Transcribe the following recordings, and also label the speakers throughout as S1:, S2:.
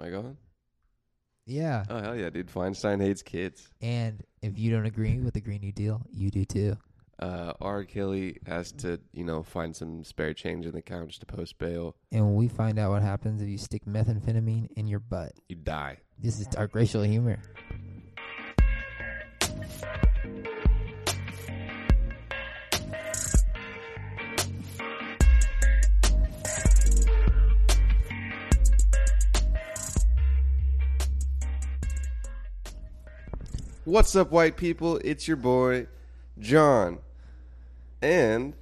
S1: I going?
S2: Yeah.
S1: Oh hell yeah, dude! Feinstein hates kids.
S2: And if you don't agree with the Green New Deal, you do too.
S1: Uh, R. Kelly has to, you know, find some spare change in the couch to post bail.
S2: And when we find out what happens if you stick methamphetamine in your butt.
S1: You die.
S2: This is dark racial humor.
S1: What's up, white people? It's your boy, John, and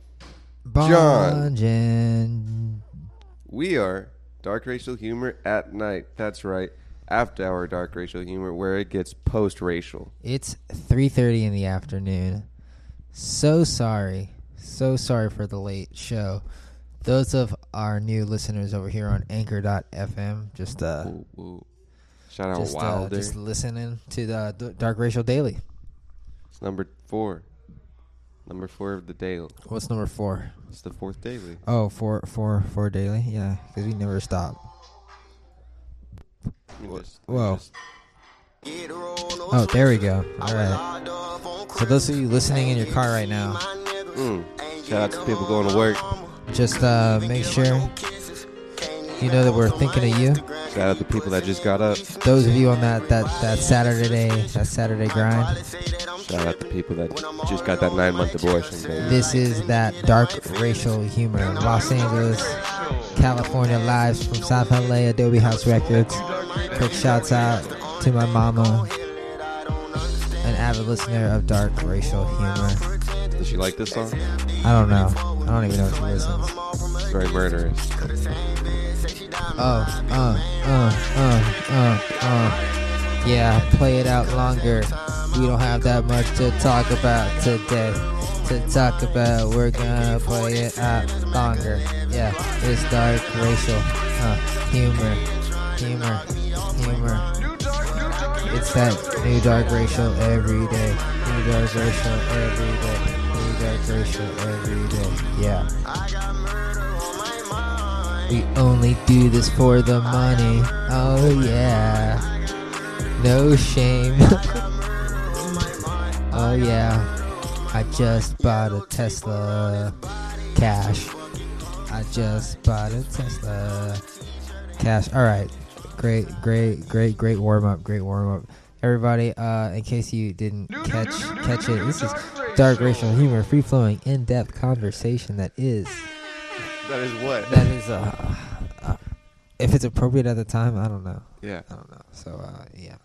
S1: John.
S2: Bonjan.
S1: we are Dark Racial Humor at Night. That's right, after our Dark Racial Humor, where it gets post racial.
S2: It's 3:30 in the afternoon. So sorry. So sorry for the late show. Those of our new listeners over here on anchor.fm just uh
S1: Ooh, ooh. Shout out
S2: just, uh,
S1: Wilder.
S2: just listening to the D- Dark Racial Daily.
S1: it's number four. Number four of the daily.
S2: What's number 4?
S1: It's the fourth daily.
S2: Oh, four, four, four daily. Yeah, because we never stop.
S1: Let me just- let me
S2: Whoa.
S1: just-
S2: Oh, there we go. All right. For those of you listening in your car right now,
S1: mm. Shout out to people going to work.
S2: just uh, make sure you know that we're thinking of you.
S1: Shout out to people that just got up.
S2: Those of you on that that that Saturday that Saturday grind.
S1: Shout out to people that just got that nine month abortion, baby.
S2: This is that dark racial humor. Los Angeles, California, live from South LA, Adobe House Records. Quick shouts out to my mama, an avid listener of dark racial humor.
S1: Does she like this song?
S2: I don't know. I don't even know if she listens.
S1: It's very murderous.
S2: Oh, uh, uh, uh, uh, uh. Yeah, play it out longer. We don't have that much to talk about today. To talk about, we're gonna play it out longer. Yeah, it's dark racial uh, humor, humor, humor. It's that new dark racial every day. New dark racial every day. New dark racial every day. Yeah. We only do this for the money. Oh yeah. No shame. oh yeah. I just bought a Tesla. Cash. I just bought a Tesla. Cash. All right. Great, great, great, great warm up. Great warm up. Everybody, uh, in case you didn't catch catch it, this is dark racial humor, free flowing, in depth conversation that is
S1: That is what?
S2: that is uh, uh if it's appropriate at the time i don't know
S1: Yeah.
S2: i don't know so uh yeah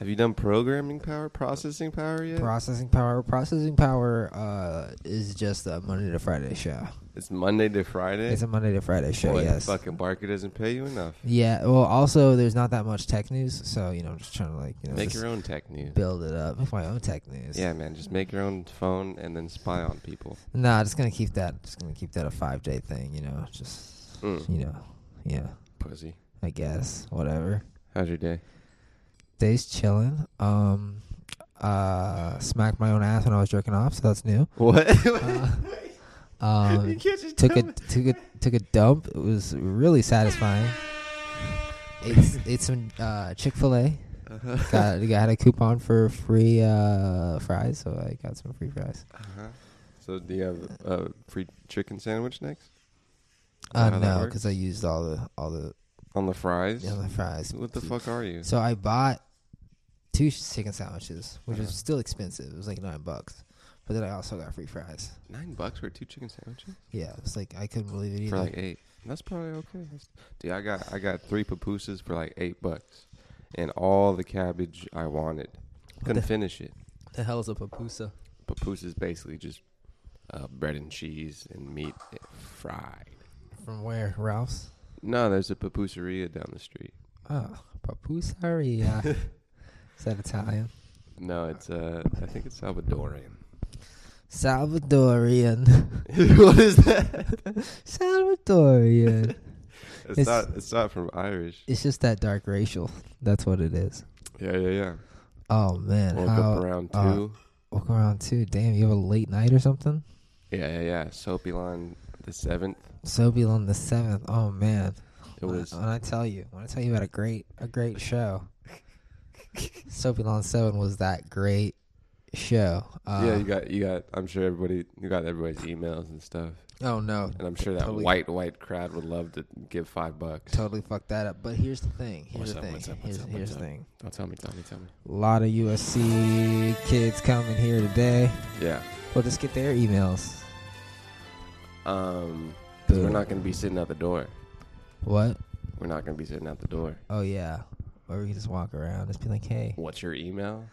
S1: Have you done programming power, processing power yet?
S2: processing power processing power uh is just a monday to friday show
S1: it's Monday to Friday.
S2: it's a monday to friday show
S1: Boy,
S2: yes
S1: Fucking Barker doesn't pay you enough.
S2: yeah well also there's not that much tech news so you know i'm just trying to like you know
S1: Make
S2: just
S1: your own tech news.
S2: build it up make my own tech news
S1: Yeah, man. Just make your own phone and then spy on people.
S2: nah just gonna keep that just gonna keep that a five day thing you know just
S1: Mm.
S2: you know yeah
S1: Pussy.
S2: i guess whatever
S1: How's your day?
S2: Days chilling. Um, uh, smacked my own ass when I was jerking off, so that's new.
S1: What?
S2: Uh, um,
S1: can't just
S2: took a took a took a dump. It was really satisfying. It's it's some uh, Chick Fil A.
S1: Uh-huh.
S2: Got I had a coupon for free uh, fries, so I got some free fries.
S1: Uh-huh. So do you have a free chicken sandwich next?
S2: Uh,
S1: How that
S2: no,
S1: works?
S2: because I used all the all the
S1: On the fries?
S2: all the fries.
S1: What the fuck are you?
S2: So I bought two chicken sandwiches, which was
S1: Uh-huh.
S2: still expensive. It was like nine bucks, but then I also got free fries.
S1: Nine bucks for two chicken sandwiches?
S2: Yeah, it's like I couldn't believe it either.
S1: For like eight. That's probably okay. That's- Dude, I got I got three pupusas for like eight bucks. And all the cabbage I wanted. Couldn't
S2: the-
S1: finish it.
S2: the hell is a papusa?
S1: Pupusas basically just uh, bread and cheese and meat fried.
S2: From where? Ralph's?
S1: No, there's a pupuseria down the street.
S2: Oh, papusaria. is that Italian?
S1: No, it's uh I think it's Salvadorian.
S2: Salvadorian.
S1: what is that?
S2: Salvadorian.
S1: It's,
S2: It's-
S1: not it's not from Irish.
S2: it's just that dark racial. That's what it is.
S1: Yeah, yeah, yeah.
S2: Oh man,
S1: Woke
S2: how
S1: up around
S2: uh,
S1: two.
S2: woke around two. Damn, you have a late night or something?
S1: yeah, yeah, yeah. Soapy line the seventh.
S2: Sobel on the seventh. Oh man,
S1: It
S2: When I-
S1: was
S2: when I tell you, when I tell you about a great a great show, Soapy Lawn Seven was that great show. Uh,
S1: yeah. You got you got. I'm sure everybody you got everybody's emails and stuff,
S2: oh no,
S1: and I'm sure that
S2: Totally.
S1: white white crowd would love to give five bucks.
S2: totally fucked that up. But here's the thing. Here's
S1: What's
S2: the
S1: up,
S2: thing.
S1: what's up, what's
S2: here's
S1: up,
S2: here's
S1: what's
S2: the
S1: up?
S2: thing.
S1: Oh, tell me, tell me, tell me.
S2: A lot of USC kids coming here today.
S1: Yeah.
S2: Well, just get their emails.
S1: Um, because we're
S2: Boo.
S1: not gonna be sitting at the door.
S2: What?
S1: We're not gonna be sitting at the door.
S2: Oh yeah. Or we can just walk around, just be like, hey,
S1: What's your email?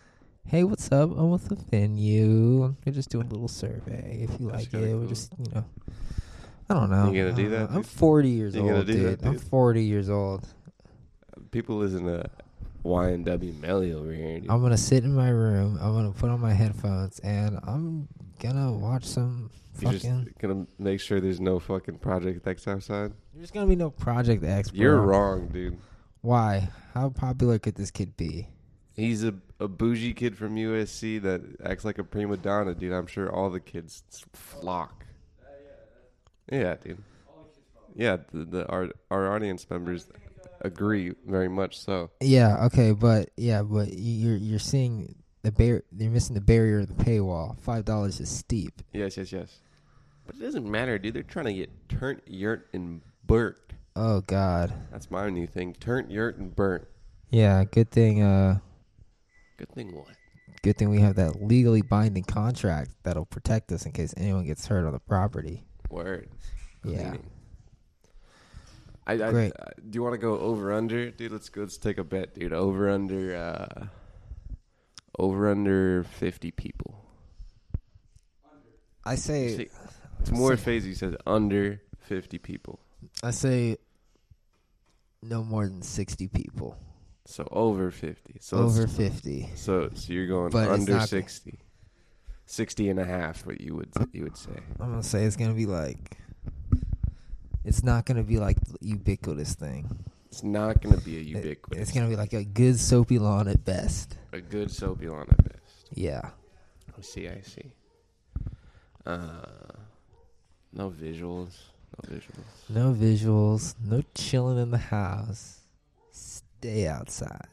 S2: hey, what's up? I'm with the venue. We're just doing a little survey. If you
S1: That's
S2: like
S1: kinda
S2: it, we're
S1: cool.
S2: just, you know, I don't know.
S1: You gonna do
S2: Uh,
S1: that,
S2: I'm
S1: dude?
S2: 40 years
S1: You gonna
S2: old,
S1: do that,
S2: dude. I'm
S1: dude?
S2: 40 years old.
S1: People listen to Y and W Melly over here. dude.
S2: I'm gonna sit in my room. I'm gonna put on my headphones, and I'm gonna watch some
S1: You're
S2: fucking.
S1: just gonna make sure there's no fucking Project X outside.
S2: there's gonna be no Project X. Bro.
S1: You're wrong, dude.
S2: Why? How popular could this kid be?
S1: He's a, a bougie kid from USC that acts like a prima donna, dude. I'm sure all the kids s- flock. Yeah, dude. Yeah, the, the our our audience members agree very much. So
S2: Yeah. Okay. But yeah. But you- you're you're seeing the bar- You're missing the barrier of the paywall. Five dollars is steep.
S1: yes, yes, yes. But it doesn't matter, dude. They're trying to get turnt, yurt, and burnt.
S2: Oh God.
S1: That's my new thing. Turnt, yurt, and burnt.
S2: Yeah. Good thing. Uh.
S1: Good thing what?
S2: Good thing we have that legally binding contract that'll protect us in case anyone gets hurt on the property.
S1: Word.
S2: Yeah.
S1: Cleaning. I, I,
S2: Great.
S1: I- do you want to go over under, dude? Let's go. Let's take a bet, dude. Over under. Uh, over under fifty people.
S2: I say.
S1: See, it's more phasey. Says under fifty people.
S2: I say. No more than sixty people.
S1: So over fifty. So let's-
S2: Over fifty.
S1: So so you're going
S2: But it's
S1: under
S2: not-
S1: 60. 60 and a half. What you would you would say?
S2: I'm gonna say it's gonna be like. It's not gonna be like the ubiquitous thing.
S1: It's not going to be a
S2: It-
S1: ubiquitous.
S2: it's gonna be like a good soapy lawn at best.
S1: a good soapy on at best.
S2: Yeah.
S1: I see, I see. Uh, no visuals, no visuals.
S2: No visuals. No chilling in the house. Stay outside.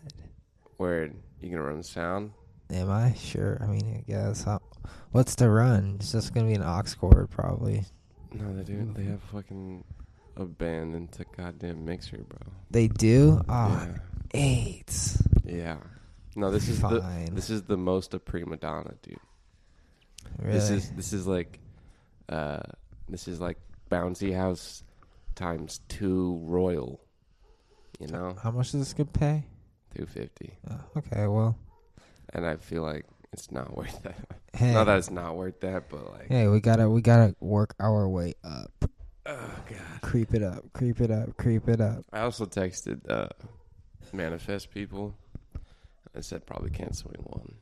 S1: Word, you gonna run sound?
S2: Am I sure? I mean, I guess. How, what's to run? It's just gonna be an ox cord, probably.
S1: No, they do. They have fucking abandoned to goddamn mixer, bro.
S2: They do. Ah, AIDS.
S1: yeah. yeah. No, Oh, this is the
S2: fine.
S1: this is the most a prima donna, dude.
S2: really?
S1: This is this is like, uh, this is like bouncy house times two royal. You know,
S2: How much does this could pay?
S1: two fifty,
S2: Oh, okay, well,
S1: and I feel like it's not worth that.
S2: hey,
S1: Not that it's not worth that, but like.
S2: hey, we gotta we gotta work our way up.
S1: Oh god.
S2: Creep it up, creep it up, creep it up.
S1: I also texted uh manifest people. I said probably canceling one.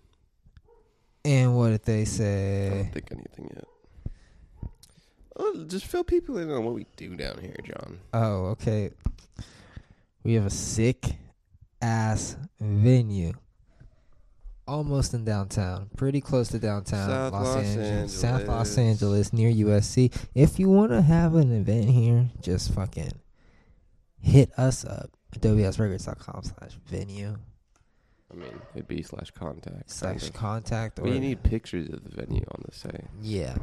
S2: And what did they
S1: I
S2: say?
S1: don't think anything yet. Oh, just fill people in on what we do down here, John.
S2: Oh, okay. We have a sick ass venue. Almost in downtown, pretty close to downtown
S1: South
S2: Los,
S1: Los
S2: Angeles, South
S1: Angeles.
S2: Los Angeles, near USC. If you want to have an event here, just fucking hit us up. AdobeSRecords.com slash venue
S1: I mean, it'd be slash contact.
S2: slash
S1: kind of.
S2: contact.
S1: But
S2: or-
S1: you need pictures of the venue on the site.
S2: Yeah.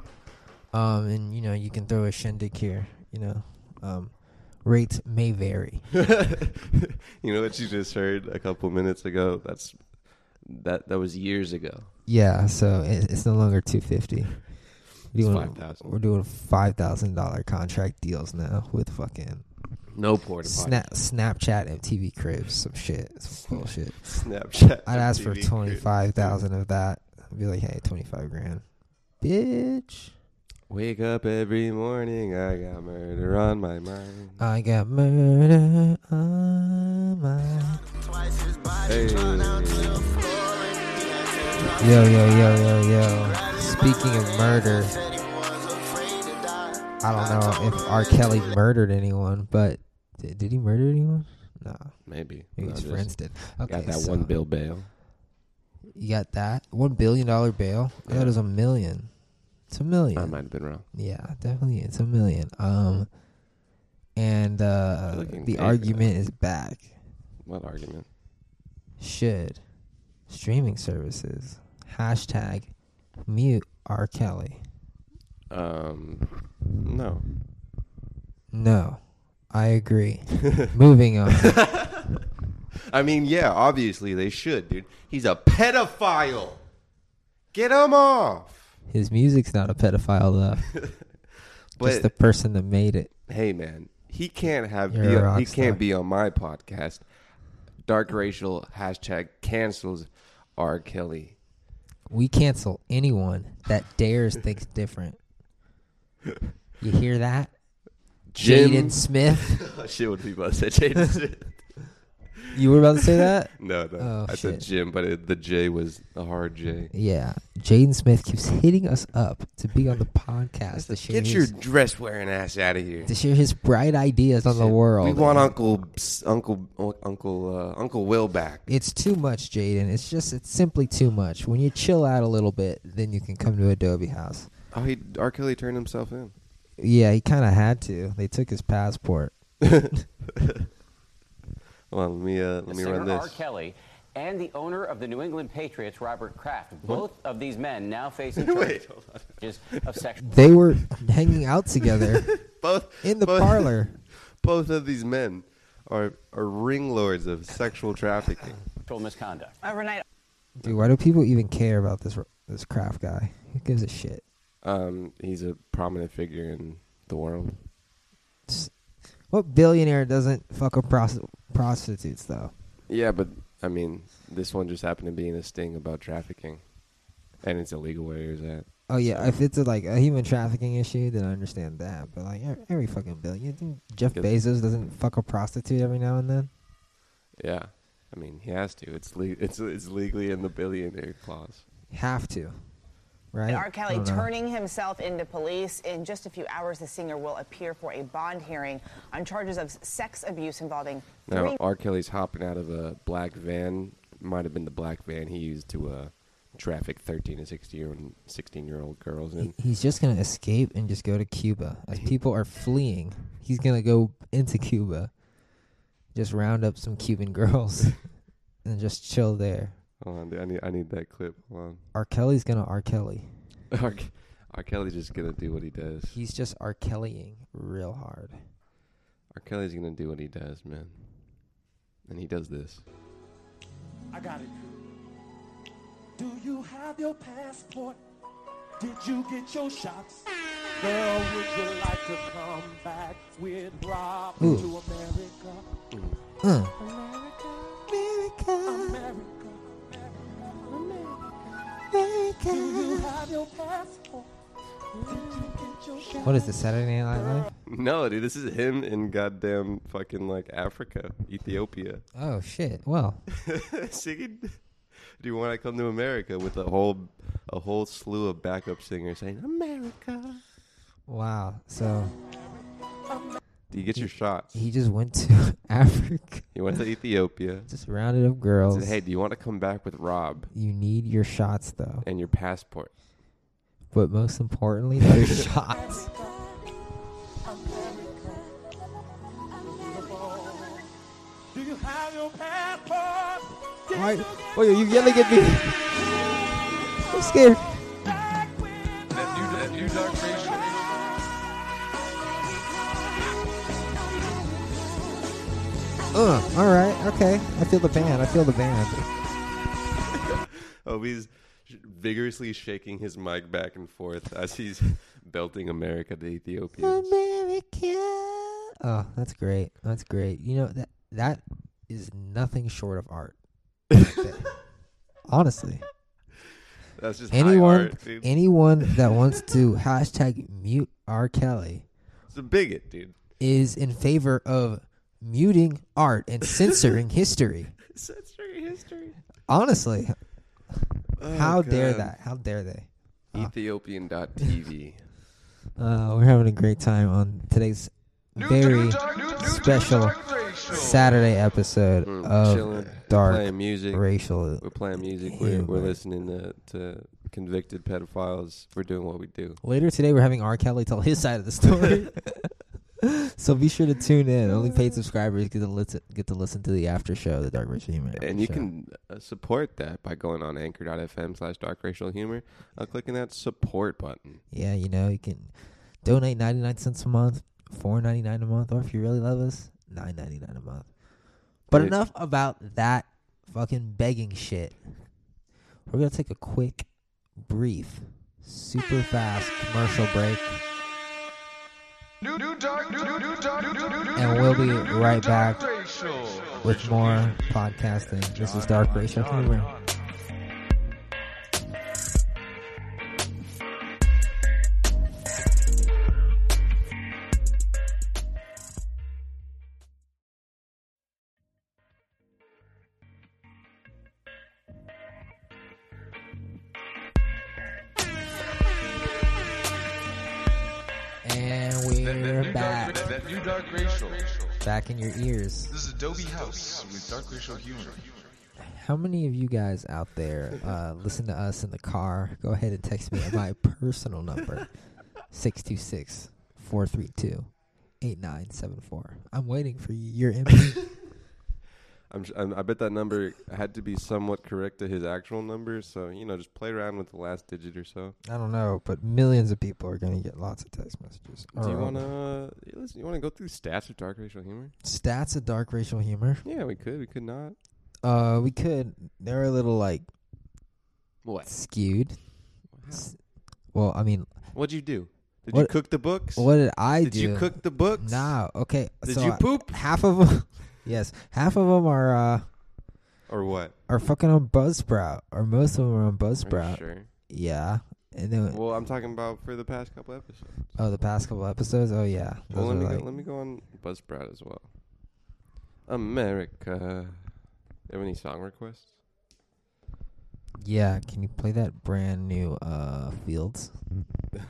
S2: Um, and you know, you can throw a shindig here, you know. Um, rates may vary.
S1: you know what you just heard a couple minutes ago? That's that that was years ago.
S2: Yeah, so it, it's no longer two fifty.
S1: It's
S2: Doing,
S1: five thousand.
S2: we're doing five thousand dollar contract deals now with fucking
S1: No porta potty.
S2: snap, Snapchat, MTV Cribs, some shit, some bullshit.
S1: Snapchat.
S2: I'd ask for
S1: MTV
S2: twenty
S1: crew.
S2: five thousand of that. I'd be like, hey, twenty five grand, bitch.
S1: Wake up every morning, I got murder on my mind.
S2: I got murder on my.
S1: Hey.
S2: Yo, yo, yo, yo, yo. Speaking of murder, I don't know if R. Kelly murdered anyone, but did, did he murder anyone? No,
S1: Maybe.
S2: maybe
S1: No,
S2: his
S1: just
S2: friends did. Okay,
S1: got that
S2: so
S1: one Bill Bale.
S2: You got that one billion dollar bail.
S1: Yeah.
S2: That is a million. It's a
S1: I
S2: million.
S1: might have been wrong.
S2: Yeah, definitely, it's a million. Um, and
S1: You're
S2: uh,
S1: looking
S2: the
S1: great,
S2: argument is back.
S1: What argument?
S2: Should streaming services hashtag mute R Kelly?
S1: Um, no.
S2: No, I agree. Moving on.
S1: I mean, yeah, obviously they should, dude. He's a pedophile. Get him off.
S2: His music's not a pedophile though.
S1: But
S2: Just the person that made it.
S1: hey, man, he can't have
S2: You're
S1: be
S2: a rock
S1: he
S2: star.
S1: can't be on my podcast. Dark racial hashtag cancels R. Kelly.
S2: We cancel anyone that dares think different. You hear that? Jaden Smith.
S1: Shit would be about to say Jaden Smith.
S2: You were about to say that?
S1: No, no.
S2: Oh,
S1: I said
S2: shit.
S1: Jim, but it, the J was a hard J.
S2: Yeah. Jaden Smith keeps hitting us up to be on the podcast to share,
S1: Get your
S2: his,
S1: dress wearing ass out of here.
S2: to share his bright ideas on the world.
S1: We want Uncle Uncle Uncle uh, Uncle Will back.
S2: it's too much, Jaden. It's just it's simply too much. When you chill out a little bit, then you can come to Adobe House.
S1: Oh, he R. Kelly turned himself in.
S2: Yeah, he kinda had to. They took his passport.
S1: Hold on, let me uh, let me
S3: Singer
S1: run
S3: R.
S1: this.
S3: Kelly and the owner of the New England Patriots, Robert Kraft. Both of these men now facing charges of sexual
S2: They were hanging out together
S1: Both
S2: in the
S1: both-
S2: parlor.
S1: Both of these men are are ring lords of sexual trafficking.
S3: misconduct.
S4: Overnight
S2: Dude, why do people even care about this this craft guy? Who gives a shit?
S1: Um, he's a prominent figure in the world.
S2: It's- What billionaire doesn't fuck up prosti- prostitutes though?
S1: Yeah, but I mean, this one just happened to be in a sting about trafficking, and it's illegal where he was at.
S2: Oh yeah, if it's a, like a human trafficking issue, then I understand that. But like every, every fucking billionaire, think Jeff
S1: Good.
S2: Bezos doesn't fuck a prostitute every now and then.
S1: Yeah, I mean, he has to. It's le- it's it's legally in the billionaire clause.
S2: Have to, right?
S4: And R.
S2: I
S4: Kelly
S2: don't know.
S4: turning himself into police. In just a few hours, the singer will appear for a bond hearing on charges of sex abuse involving
S1: Now,
S4: three
S1: R. Kelly's hopping out of a black van. Might have been the black van he used to uh, traffic 13 and 16 year and 16 year old girls in.
S2: He- He's just gonna escape and just go to Cuba. Like people are fleeing, he's gonna go into Cuba, just round up some Cuban girls, and just chill there.
S1: Hold on, dude, I need I need that clip. Hold
S2: R. Kelly's gonna R. Kelly.
S1: on. R. Ke- R. Kelly's just gonna do what he does.
S2: He's just R. Kellying real hard.
S1: R. Kelly's gonna do what he does, man. And he does this.
S5: I got it. Do you have your passport? Did you get your shots? Girl, would you like to come back with Rob
S2: Ooh.
S5: to America?
S2: Uh,
S5: America, America, America. Do you have your passport? Did you get your shots?
S2: what is this Saturday Night Live?
S1: No, dude, this is him in goddamn fucking like Africa, Ethiopia,
S2: Oh shit! Well,
S1: singing. Do you want to come to America with a whole a whole slew of backup singers saying America?
S2: wow. So
S1: Do you get your shots?
S2: he just went to Africa,
S1: He went to Ethiopia.
S2: just rounded up girls.
S1: Said, "Hey, do you want to come back with Rob
S2: you need your shots though,
S1: and your passport?"
S2: but most importantly, your shots.
S5: Do you have your passport? Did
S2: Why?
S5: you
S2: Why are Oh, you yelling at me? I'm scared.
S5: back with Rob?
S2: Uh. All right. Okay. I feel the band. I feel the band.
S1: Oh, he's sh- vigorously shaking his mic back and forth as he's belting "America" to
S2: Um,
S1: Ethiopians.
S2: America. Oh, that's great. That's great. You know that that is nothing short of art. Honestly,
S1: That's just high
S2: anyone
S1: art, dude.
S2: anyone that wants to hashtag mute R. Kelly
S1: It's a bigot, dude.
S2: is in favor of muting art and censoring history.
S1: Censoring history. Um,
S2: Honestly, how dare
S1: Oh, God.
S2: that? How dare they?
S1: Ethiopian.tv.
S2: Uh, we're having a great time on today's very special Saturday episode
S1: Mm,
S2: of
S1: chilling,
S2: Oh, Dark
S1: playing music.
S2: Racial.
S1: We're playing music. We're, we're
S2: Humor.
S1: listening to, to convicted pedophiles. We're doing what we do.
S2: Later today, we're having R. Kelly tell his side of the story. So be sure to tune in. Only paid subscribers get to listen get to listen to the after show, the Dark Racial Humor. After
S1: And you
S2: Show.
S1: can uh, support that by going on anchor.fm slash dark racial humor, uh, clicking that support button.
S2: yeah, you know, you can donate ninety nine cents a month, four ninety nine a month, or if you really love us, nine ninety nine a month. But
S1: Wait.
S2: enough about that fucking begging shit. We're gonna take a quick, brief, super fast commercial break. And we'll be right back with more podcasting. This is Dark Racial Humor. And we're back,
S6: That new Dark Racial.
S2: back in your ears.
S6: This is Adobe House with Dark Racial Humor.
S2: How many of you guys out there uh, listen to us in the car? Go ahead and text me at my personal number 626 432 8974. I'm waiting for your input.
S1: I'm, s- I'm, I bet that number had to be somewhat correct to his actual number. So, you know, just play around with the last digit or so.
S2: I don't know, but millions of people are going to get lots of text messages.
S1: Do you
S2: Or, um,
S1: want to listen? You want to go through stats of dark racial humor?
S2: Stats of dark racial humor.
S1: Yeah, we could. We could not.
S2: Uh, we could. They're a little like
S1: What?
S2: skewed. S- Well, I mean,
S1: What'd you do? Did you
S2: What-
S1: cook the books?
S2: what did I
S1: Did
S2: do?
S1: you cook the books?
S2: Nah. Okay.
S1: Did
S2: so
S1: you
S2: I-
S1: poop?
S2: half of them. yes, half of them are. uh
S1: Or what?
S2: are fucking on Buzzsprout, or most of them are on
S1: Are you
S2: Buzzsprout.
S1: Sure.
S2: Yeah, and then
S1: Well, I'm talking about for the past couple episodes.
S2: oh, the past couple episodes. Oh yeah,
S1: Well,
S2: Those
S1: let
S2: are
S1: me
S2: like-
S1: go, let me go on Buzzsprout as well. America. You have any song requests?
S2: yeah. Can you play that brand new uh Fields?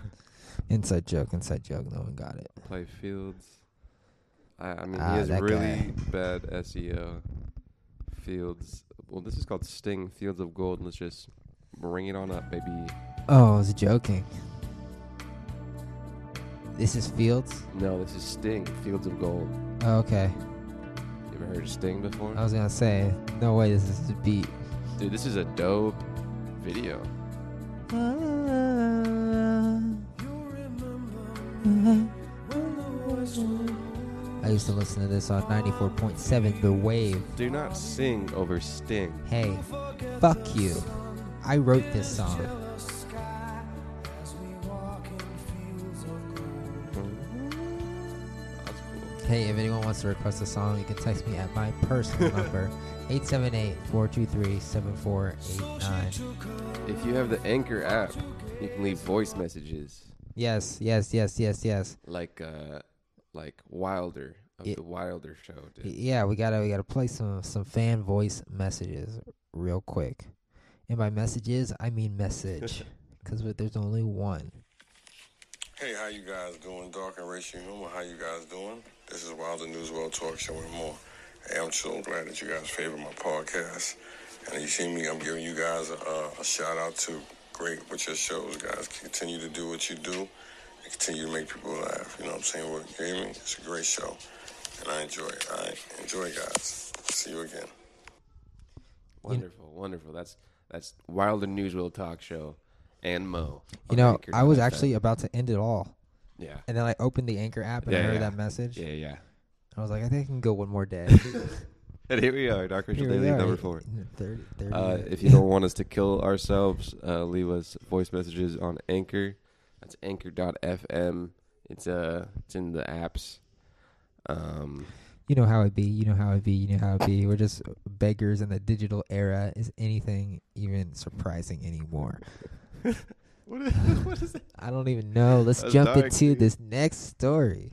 S2: inside joke, inside joke. No one got it.
S1: Play Fields. I, I mean,
S2: Ah,
S1: he has
S2: that
S1: really
S2: guy.
S1: bad SEO. Fields. Well, this is called Sting Fields of Gold. Let's just bring it on up, baby.
S2: Oh, I was joking. This is Fields.
S1: No, this is Sting Fields of Gold.
S2: Oh, okay,
S1: You ever heard of Sting before?
S2: I was gonna say no way. This is a beat.
S1: Dude, this is a dope video.
S2: I used to listen to this on 94.7 The Wave.
S1: Do not sing over Sting.
S2: Hey, fuck you. I wrote this song.
S1: That's cool.
S2: Hey, if anyone wants to request a song, you can text me at my personal number 878-423-7489.
S1: If you have the Anchor app, you can leave voice messages
S2: Yes, yes, yes, yes, yes.
S1: like uh like Wilder of
S2: Yeah.
S1: the Wilder show
S2: Y-
S1: did.
S2: Yeah, we gotta we gotta play some some fan voice messages real quick. And by messages, I mean message, because there's only one.
S7: Hey, how you guys doing? Dark and racial humor. How you guys doing? This is Wilder News World Talk Show and more. Hey, I'm so glad that you guys favor my podcast. And you see me, I'm giving you guys a, uh, a shout out to great with your shows, guys. Continue to do what you do and continue to make people laugh. You know what I'm saying? What, you hear me? It's a great show. And I enjoy it. All right? Enjoy, guys. See you again.
S1: Wonderful, wonderful. That's that's Wilder Newswheel Talk Show and Mo. on
S2: You know,
S1: Anchor
S2: I was
S1: FM.
S2: actually about to end it all,
S1: Yeah.
S2: and then I opened the Anchor app and I
S1: Yeah,
S2: heard
S1: yeah.
S2: that message.
S1: Yeah, yeah.
S2: I was like, I think I can go one more day.
S1: And here we are, Dark Racial
S2: Here we
S1: Daily
S2: are.
S1: number four.
S2: 30, 30
S1: Uh, if you don't want us to kill ourselves, uh, leave us voice messages on Anchor. That's anchor.fm. It's uh it's in the apps. Um
S2: You know how it be. You know how it be. You know how it be. We're just beggars in the digital era. Is anything even surprising anymore?
S1: what is, what is that?
S2: I don't even know. Let's
S1: That's
S2: jump
S1: dark,
S2: into
S1: dude.
S2: this next story.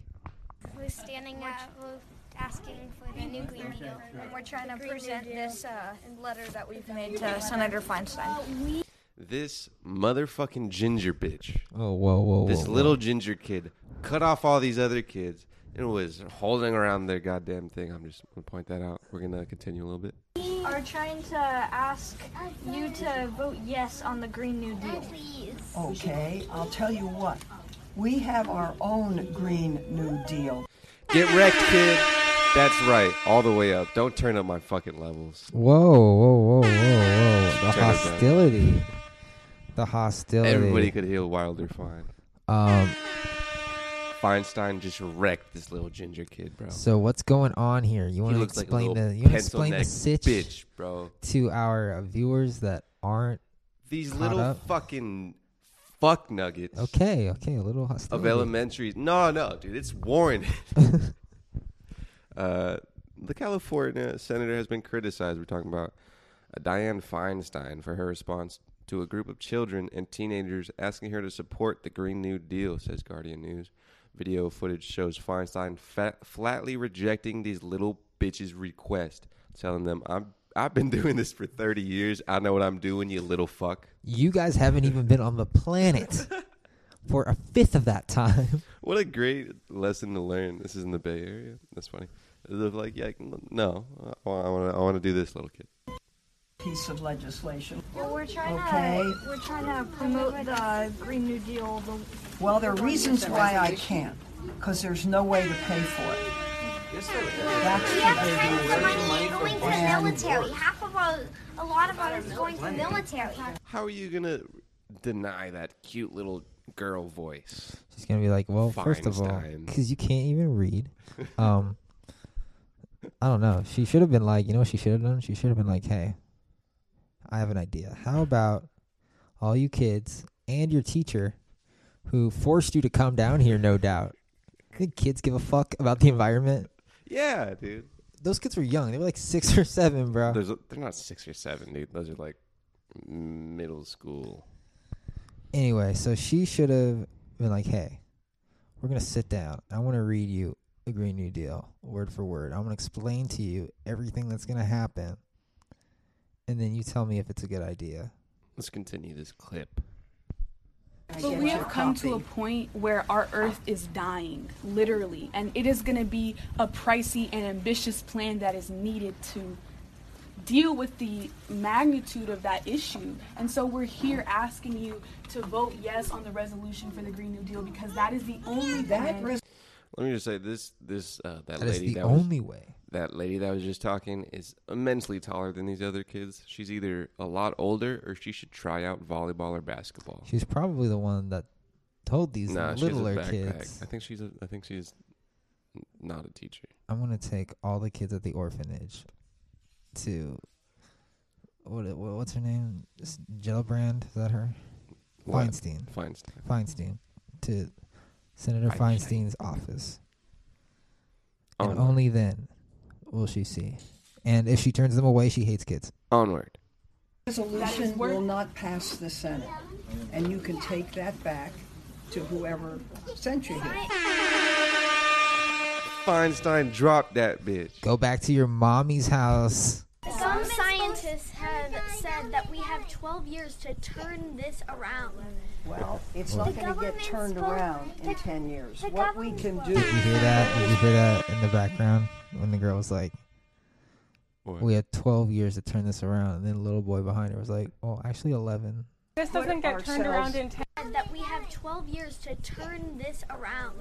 S8: We're standing up, we're asking for the new Green Deal.
S9: We're trying to present this uh, letter that we've made to Senator Feinstein.
S1: This motherfucking ginger bitch.
S2: Oh, whoa, whoa, whoa.
S1: This
S2: whoa.
S1: little ginger kid cut off all these other kids and was holding around their goddamn thing. I'm just gonna point that out. We're gonna continue a little bit.
S9: Are trying to ask you to vote yes on the Green New Deal.
S8: Please.
S10: Okay, I'll tell you what. We have our own Green New Deal.
S1: Get wrecked, kid. That's right. All the way up. Don't turn up my fucking levels.
S2: Whoa, whoa, whoa, whoa, whoa. The
S1: Check it out.
S2: hostility. The hostility.
S1: Everybody could heal Wilder fine.
S2: Um,
S1: Feinstein just wrecked this little ginger kid, bro.
S2: so what's going on here? You
S1: He
S2: want to
S1: looks like a
S2: explain
S1: little
S2: the you want to
S1: pencil
S2: explain the
S1: neck
S2: sitch
S1: bitch, bro.
S2: to our uh, viewers that aren't
S1: These
S2: caught
S1: little
S2: up?
S1: fucking fuck nuggets
S2: Okay, okay, a little hostility.
S1: of elementary. No, no, dude, it's warranted. uh, the California senator has been criticized. We're talking about uh, Diane Feinstein for her response to a group of children and teenagers asking her to support the Green New Deal, says Guardian News. Video footage shows Feinstein fat, flatly rejecting these little bitches' request, telling them, "I'm." I've been doing this for 30 years. I know what I'm doing, you little fuck.
S2: You guys haven't even been on the planet for a fifth of that time.
S1: What a great lesson to learn. This is in the Bay Area. That's funny. They're like, yeah, no, I want to, I want to do this, little kid.
S10: Piece of legislation.
S9: Well, we're trying
S10: Okay.
S9: to we're trying to promote the Green New Deal. The,
S10: Well, there are reasons why I can't, because there's no way to pay for it. That's
S8: We
S10: what
S8: have
S10: they
S8: tons of money going to the
S10: And-
S8: military. Half of our, a lot of ours is going to the military.
S1: How are you gonna deny that cute little girl voice?
S2: She's gonna be like, well, first of all,
S1: Feinstein.
S2: because you can't even read. Um, I don't know. She should have been like, you know, what she should have done. She should have been like, hey, I have an idea. How about all you kids and your teacher, who forced you to come down here, no doubt. Think kids give a fuck about the environment?
S1: Yeah, dude.
S2: Those kids were young. They were like six or seven, bro.
S1: Those are- they're not six or seven, dude. Those are like middle school.
S2: Anyway, so she should have been like, "Hey, we're gonna sit down. I want to read you a Green New Deal word for word. I'm gonna explain to you everything that's gonna happen, and then you tell me if it's a good idea."
S1: Let's continue this clip.
S11: But we have come to a point where our Earth is dying, literally, and it is going to be a pricey and ambitious plan that is needed to deal with the magnitude of that issue. And so we're here asking you to vote yes on the resolution for the Green New Deal because that is the only plan.
S1: Let me just say this: this uh, that,
S2: That is
S1: lady
S2: the
S1: that
S2: only
S1: was,
S2: way.
S1: That lady that was just talking is immensely taller than these other kids. She's either a lot older or she should try out volleyball or basketball.
S2: She's probably the one that told these
S1: Nah, she has a
S2: littler
S1: backpack.
S2: kids,
S1: I think she's a, I think she's n- not a teacher.
S2: "I'm gonna take all the kids at the orphanage to what? what what's her name? S- Gelbrand? Is that her?
S1: What?
S2: Feinstein.
S1: Feinstein.
S2: Feinstein to Senator
S1: Feinstein.
S2: Feinstein's office.
S1: Oh,
S2: and
S1: no.
S2: only then will she see. And if she turns them away, she hates kids.
S1: Onward.
S10: Resolution will not pass the Senate, and you can take that back to whoever sent you here.
S1: Feinstein dropped that bitch.
S2: Go back to your mommy's house.
S8: Some scientists have said that we have 12 years to turn this around.
S10: Well, it's not going to get turned around in 10 years. What we can do.
S2: Did you hear that? Did you hear that in the background when the girl was like,
S1: What?
S2: "We had 12 years to turn this around," and then the little boy behind her was like, "Oh, actually 11."
S12: This doesn't get turned around in ten.
S8: Said that we have 12 years to turn this around.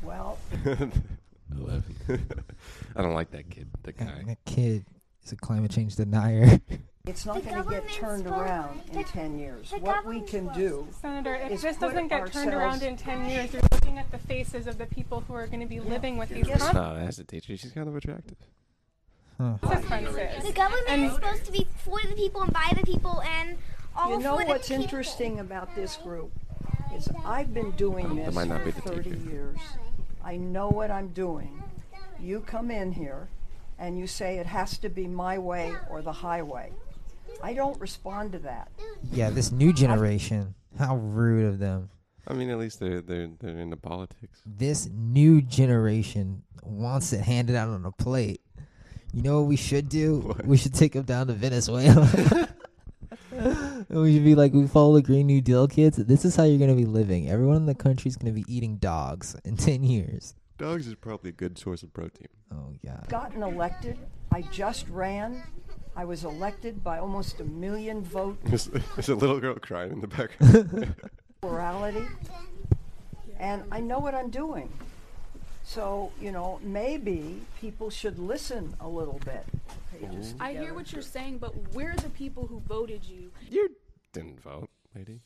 S10: Well,
S1: Eleven. I don't like that kid. The guy.
S2: And that kid is a climate change denier.
S10: it's not going to get turned around in 10 years. What we can do.
S12: Senator, if
S10: is
S12: this
S10: put
S12: doesn't get turned
S10: ourselves-
S12: around in 10 years, you're looking at the faces of the people who are going to be living with these
S1: No,
S12: consequences.
S1: that's a teacher. She's kind of attractive.
S8: The government
S12: And-
S8: is supposed to be for the people and by the people and all
S10: You know
S8: for the
S10: what's
S8: people.
S10: interesting about this group is I've been doing
S1: That
S10: this
S1: might not
S10: for
S1: be the
S10: 30
S1: teacher.
S10: years. I know what I'm doing. You come in here and you say it has to be my way or the highway. I don't respond to that.
S2: yeah, this new generation. How rude of them.
S1: I mean, at least they're they're they're into politics.
S2: this new generation wants it handed out on a plate. You know what we should do? We should take them down to Venezuela. and we should be like, we follow the Green New Deal kids. This is how you're going to be living. Everyone in the country is going to be eating dogs in 10 years.
S1: Dogs is probably a good source of protein.
S2: Oh, God.
S10: Gotten elected. I just ran. I was elected by almost a million vote
S1: There's, there's a little girl crying in the background.
S10: plurality. and I know what I'm doing. So, you know, maybe people should listen a little bit. Pages
S11: I hear
S10: together.
S11: what you're saying, but we're the people who voted you.
S1: Didn't vote, lady.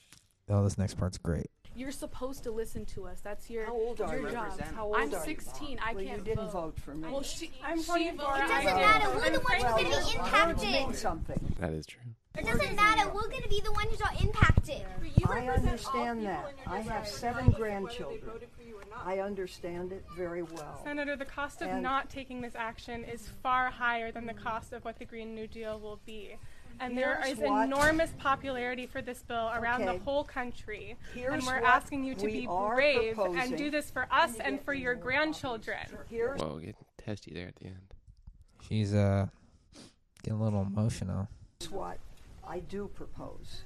S2: Oh, this next part's great.
S11: You're supposed to listen to us. That's your
S10: are
S11: your
S10: you?
S11: job.
S10: Represent- How old
S11: I'm
S10: are you?
S11: 16. I
S10: Well, you
S11: can't
S10: didn't
S11: vote
S10: for me.
S11: Well, she,
S12: I'm
S11: she
S12: 24.
S11: voted.
S8: It doesn't matter. We're the ones who's
S10: Well,
S8: going to be
S10: that would mean
S8: impacted.
S10: something.
S1: That is true.
S8: It doesn't matter. We're going to be the ones who are impacted.
S10: I understand that. I have seven grandchildren. I understand it very well.
S12: Senator, the cost of
S10: And-
S12: not taking this action is far higher than the cost of what the Green New Deal will be. And there
S10: Here's
S12: is
S10: what-
S12: enormous popularity for this bill around
S10: Okay.
S12: the whole country. and
S10: Here's
S12: we're
S10: what
S12: asking you to
S10: we
S12: be
S10: are
S12: brave
S10: proposing.
S12: and do this for us and for your grandchildren.
S1: Whoa, getting testy there at the end.
S2: She's uh getting a little emotional.
S10: Here's what I do propose.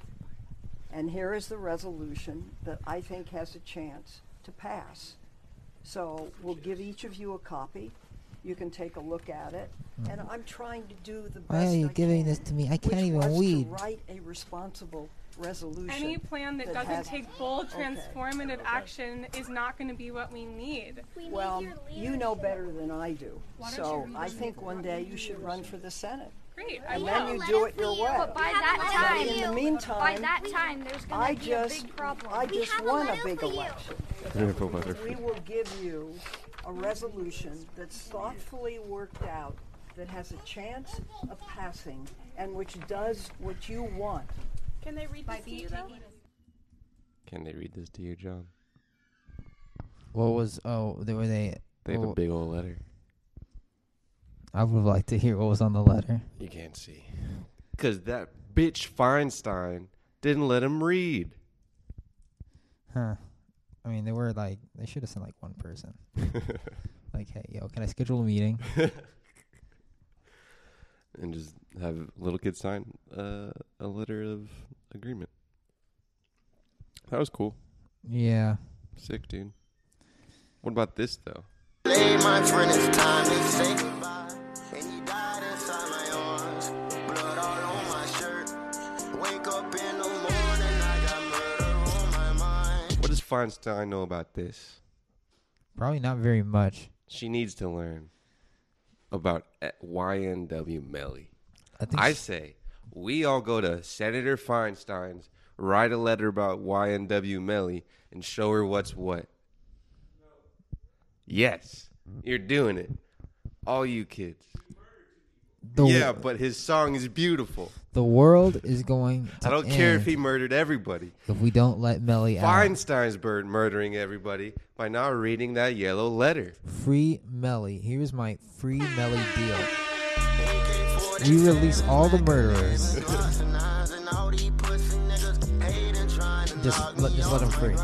S10: And here is the resolution that I think has a chance to pass. So we'll give each of you a copy. You can take a look at it. And I'm trying to do the best
S2: Mm-hmm. Why are you
S10: I
S2: giving
S10: can,
S2: this to me? I can't
S10: which
S2: even
S10: was
S2: read.
S10: to write a responsible resolution.
S12: Any plan that doesn't
S10: has-
S12: take bold,
S10: Okay.
S12: transformative action is not going to be what we need.
S10: Well, you know better than I do.
S12: Why don't
S10: So
S12: you
S10: I think one day you should run for the Senate.
S12: Great, I
S10: And
S12: will.
S10: then you do it your way.
S9: But by that
S10: But
S9: time,
S10: in the
S9: by
S10: meantime,
S9: that time, there's gonna
S10: I
S9: be a
S10: just,
S9: big problem.
S10: I just won a big election.
S1: Beautiful weather.
S10: We will give you a resolution that's thoughtfully worked out, that has a chance of passing, and which does what you want.
S11: Can they read this to you though?
S1: Can they read this to you, John?
S2: What was oh they were they
S1: They have a
S2: what-
S1: big old letter.
S2: I would like to hear what was on the letter.
S1: You can't see. Because that bitch Feinstein didn't let him read.
S2: Huh. I mean they were like they should have sent like one person. like, hey yo, can I schedule a meeting?
S1: And just have little kids sign uh, a letter of agreement. That was cool.
S2: yeah.
S1: Sick, dude. What about this, though?
S13: Lay my friend, it's time to say goodbye. And he died inside my arms. Blood all on my shirt. Wake up in the morning, I got murder on my mind.
S1: What does Feinstein know about this?
S2: Probably not very much.
S1: She needs to learn about e- YNW Melly. I, say we all go to Senator Feinstein's, write a letter about YNW Melly, and show her what's what. Yes, you're doing it. All you kids.
S2: The-
S1: yeah, but his song is beautiful.
S2: The world is going to
S1: I don't care if
S2: end
S1: he murdered everybody.
S2: if we don't let Melly out.
S1: Feinstein's bird murdering everybody by not reading that yellow letter.
S2: Free Melly. Here's my free Melly deal. We release all the murderers. just let just let them free.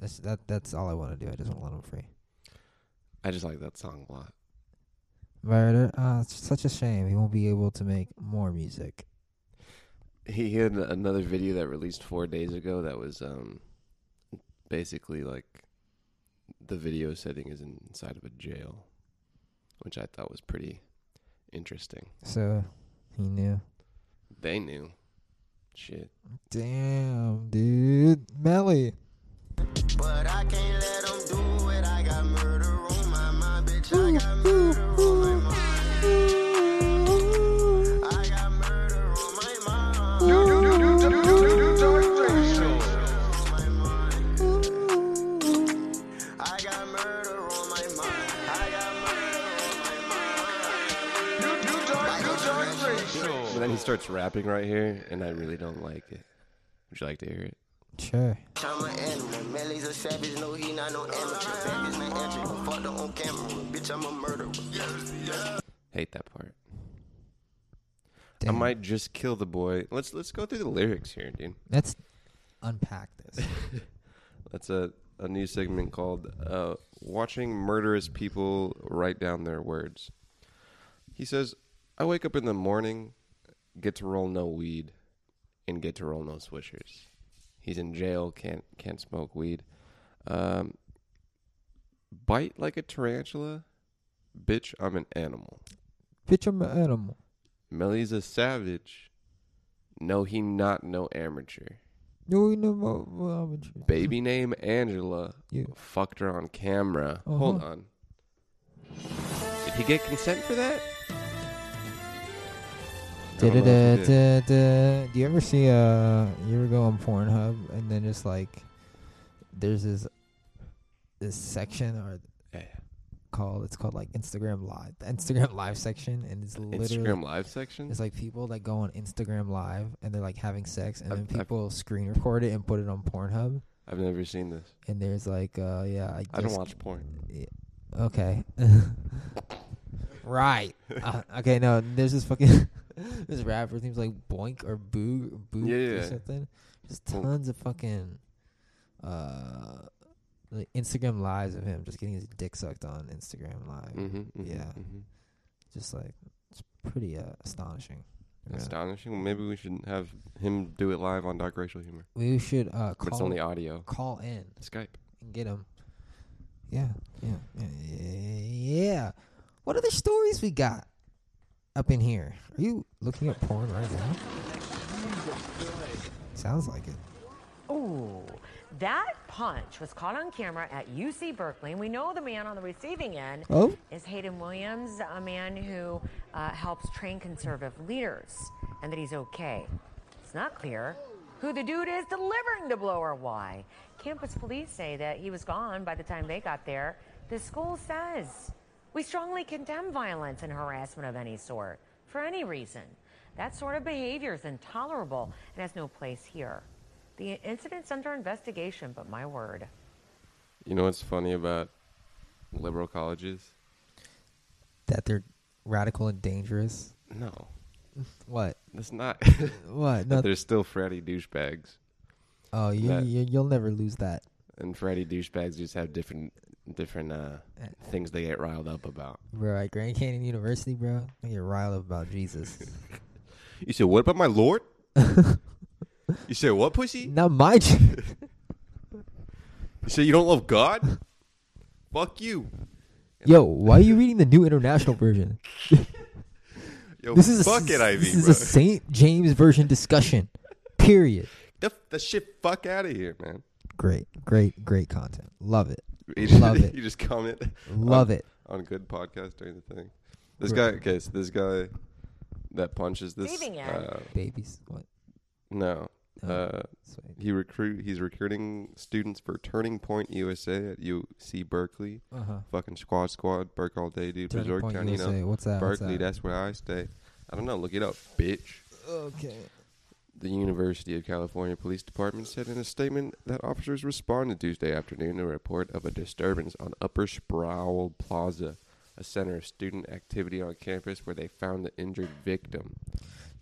S2: That's that that's all I want to do. I just want to let them free.
S1: I just like that song a lot.
S2: Murder. Ah, it's such a shame he won't be able to make more music.
S1: he had another video that released four days ago that was um basically like the video setting is inside of a jail which i thought was pretty interesting
S2: So he knew.
S1: they knew shit
S2: Damn, dude, Melly.
S13: But I can't let him do it. I got murder on my mind, bitch. I got murder on my mind. I got murder on my mind. Dark racial. I got murder on my mind. I got murder on my mind.
S1: but then he starts rapping right here and i really don't like it would you like to hear it
S2: Sure.
S13: I'm an animal. Melly's a savage. No, he not no amateur. Savage, not amateur. Fucked up on camera. Bitch, I'm a murderer.
S1: hate that part i might just kill the boy let's let's go through the lyrics here dude
S2: Let's unpack this.
S1: That's a, a new segment called uh, Watching Murderous People Write Down Their Words. He says, I wake up in the morning, get to roll no weed, and get to roll no swishers. He's in jail, can't can't smoke weed. Um, bite like a tarantula, bitch. I'm an animal.
S2: Bitch, I'm an animal.
S1: Melly's a savage. No, he not no amateur.
S2: No, we know about well, I'm a tr-
S1: Baby name Angela fucked her on camera. Hold
S2: Uh-huh.
S1: on. Did he get consent for that? I don't know if he did.
S2: Da-da-da-da-da. Do you ever see uh you ever go on Pornhub and then just like there's this this section or called it's called like Instagram Live the Instagram Live section and it's literally
S1: Instagram Live section?
S2: It's like people that go on Instagram Live and they're like having sex and
S1: I've-
S2: then
S1: I've-
S2: people screen record it and put it on Pornhub
S1: I've never seen this.
S2: and there's like uh yeah I,
S1: I don't
S2: just-
S1: watch porn.
S2: Yeah. Okay. right. Uh, okay, no, there's this fucking this rapper his name's like Boink or Boo Boo
S1: Yeah, yeah,
S2: or
S1: yeah.
S2: something. There's
S1: Boink.
S2: tons of fucking uh like Instagram lives of him just getting his dick sucked on Instagram live.
S1: Mhm, mhm,
S2: yeah.
S1: mhm.
S2: Just like it's pretty uh, astonishing. Yeah.
S1: Astonishing. Maybe we should have him do it live on Dark Racial Humor.
S2: We should uh
S1: But
S2: call
S1: it's only audio.
S2: Call in.
S1: Skype.
S2: And get him. Yeah. Yeah. Yeah. Yeah. What other stories we got up in here? Are you looking at porn right now? Sounds like it.
S14: Ooh, that punch was caught on camera at UC Berkeley, and we know the man on the receiving end
S2: Oh.
S14: is Hayden Williams, a man who uh, helps train conservative leaders, and that he's okay. It's not clear who the dude is delivering the blow or why. Campus police say that he was gone by the time they got there. The school says we strongly condemn violence and harassment of any sort for any reason. That sort of behavior is intolerable and has no place here. The incident's under investigation, but my word.
S1: You know what's funny about liberal colleges?
S2: That they're radical and dangerous.
S1: No.
S2: What?
S1: That's not. that
S2: What? No.
S1: There's still Freddy douchebags.
S2: Oh, you,
S1: That-
S2: you you'll never lose that.
S1: and Freddy douchebags just have different different uh, things they get riled up about.
S2: Bro, at Grand Canyon University, bro, I get riled up about Jesus.
S1: You said what about my lord? you said what pussy?
S2: Not my Je-
S1: You said you don't love God? Fuck you.
S2: Yo, why are you reading the new international version?
S1: Yo,
S2: this is a
S1: fuck
S2: s-
S1: it, Ivy,
S2: This is
S1: bro.
S2: a St. James version discussion. Period.
S1: The, the shit fuck out of here, man.
S2: Great, great, great content. Love it.
S1: You just-
S2: Love it.
S1: You just um, comment.
S2: Love
S1: on-
S2: it.
S1: on good podcast during the thing. This guy,
S2: Right.
S1: okay, so this guy that punches this
S14: Leaving it.
S1: uh,
S2: Babies. What?
S1: No. Uh, he recruit. He's recruiting students for Turning Point USA at UC Berkeley.
S2: Uh-huh.
S1: Fucking squad, squad, Burke all day, dude.
S2: Turning
S1: Berserk
S2: Point
S1: County, you
S2: USA,
S1: know.
S2: what's that? What's
S1: Berkeley.
S2: that?
S1: That's where I stay. I don't know. Look it up, bitch.
S2: Okay.
S1: The University of California Police Department said in a statement that officers responded Tuesday afternoon to a report of a disturbance on Upper Sproul Plaza, a center of student activity on campus where they found the injured victim.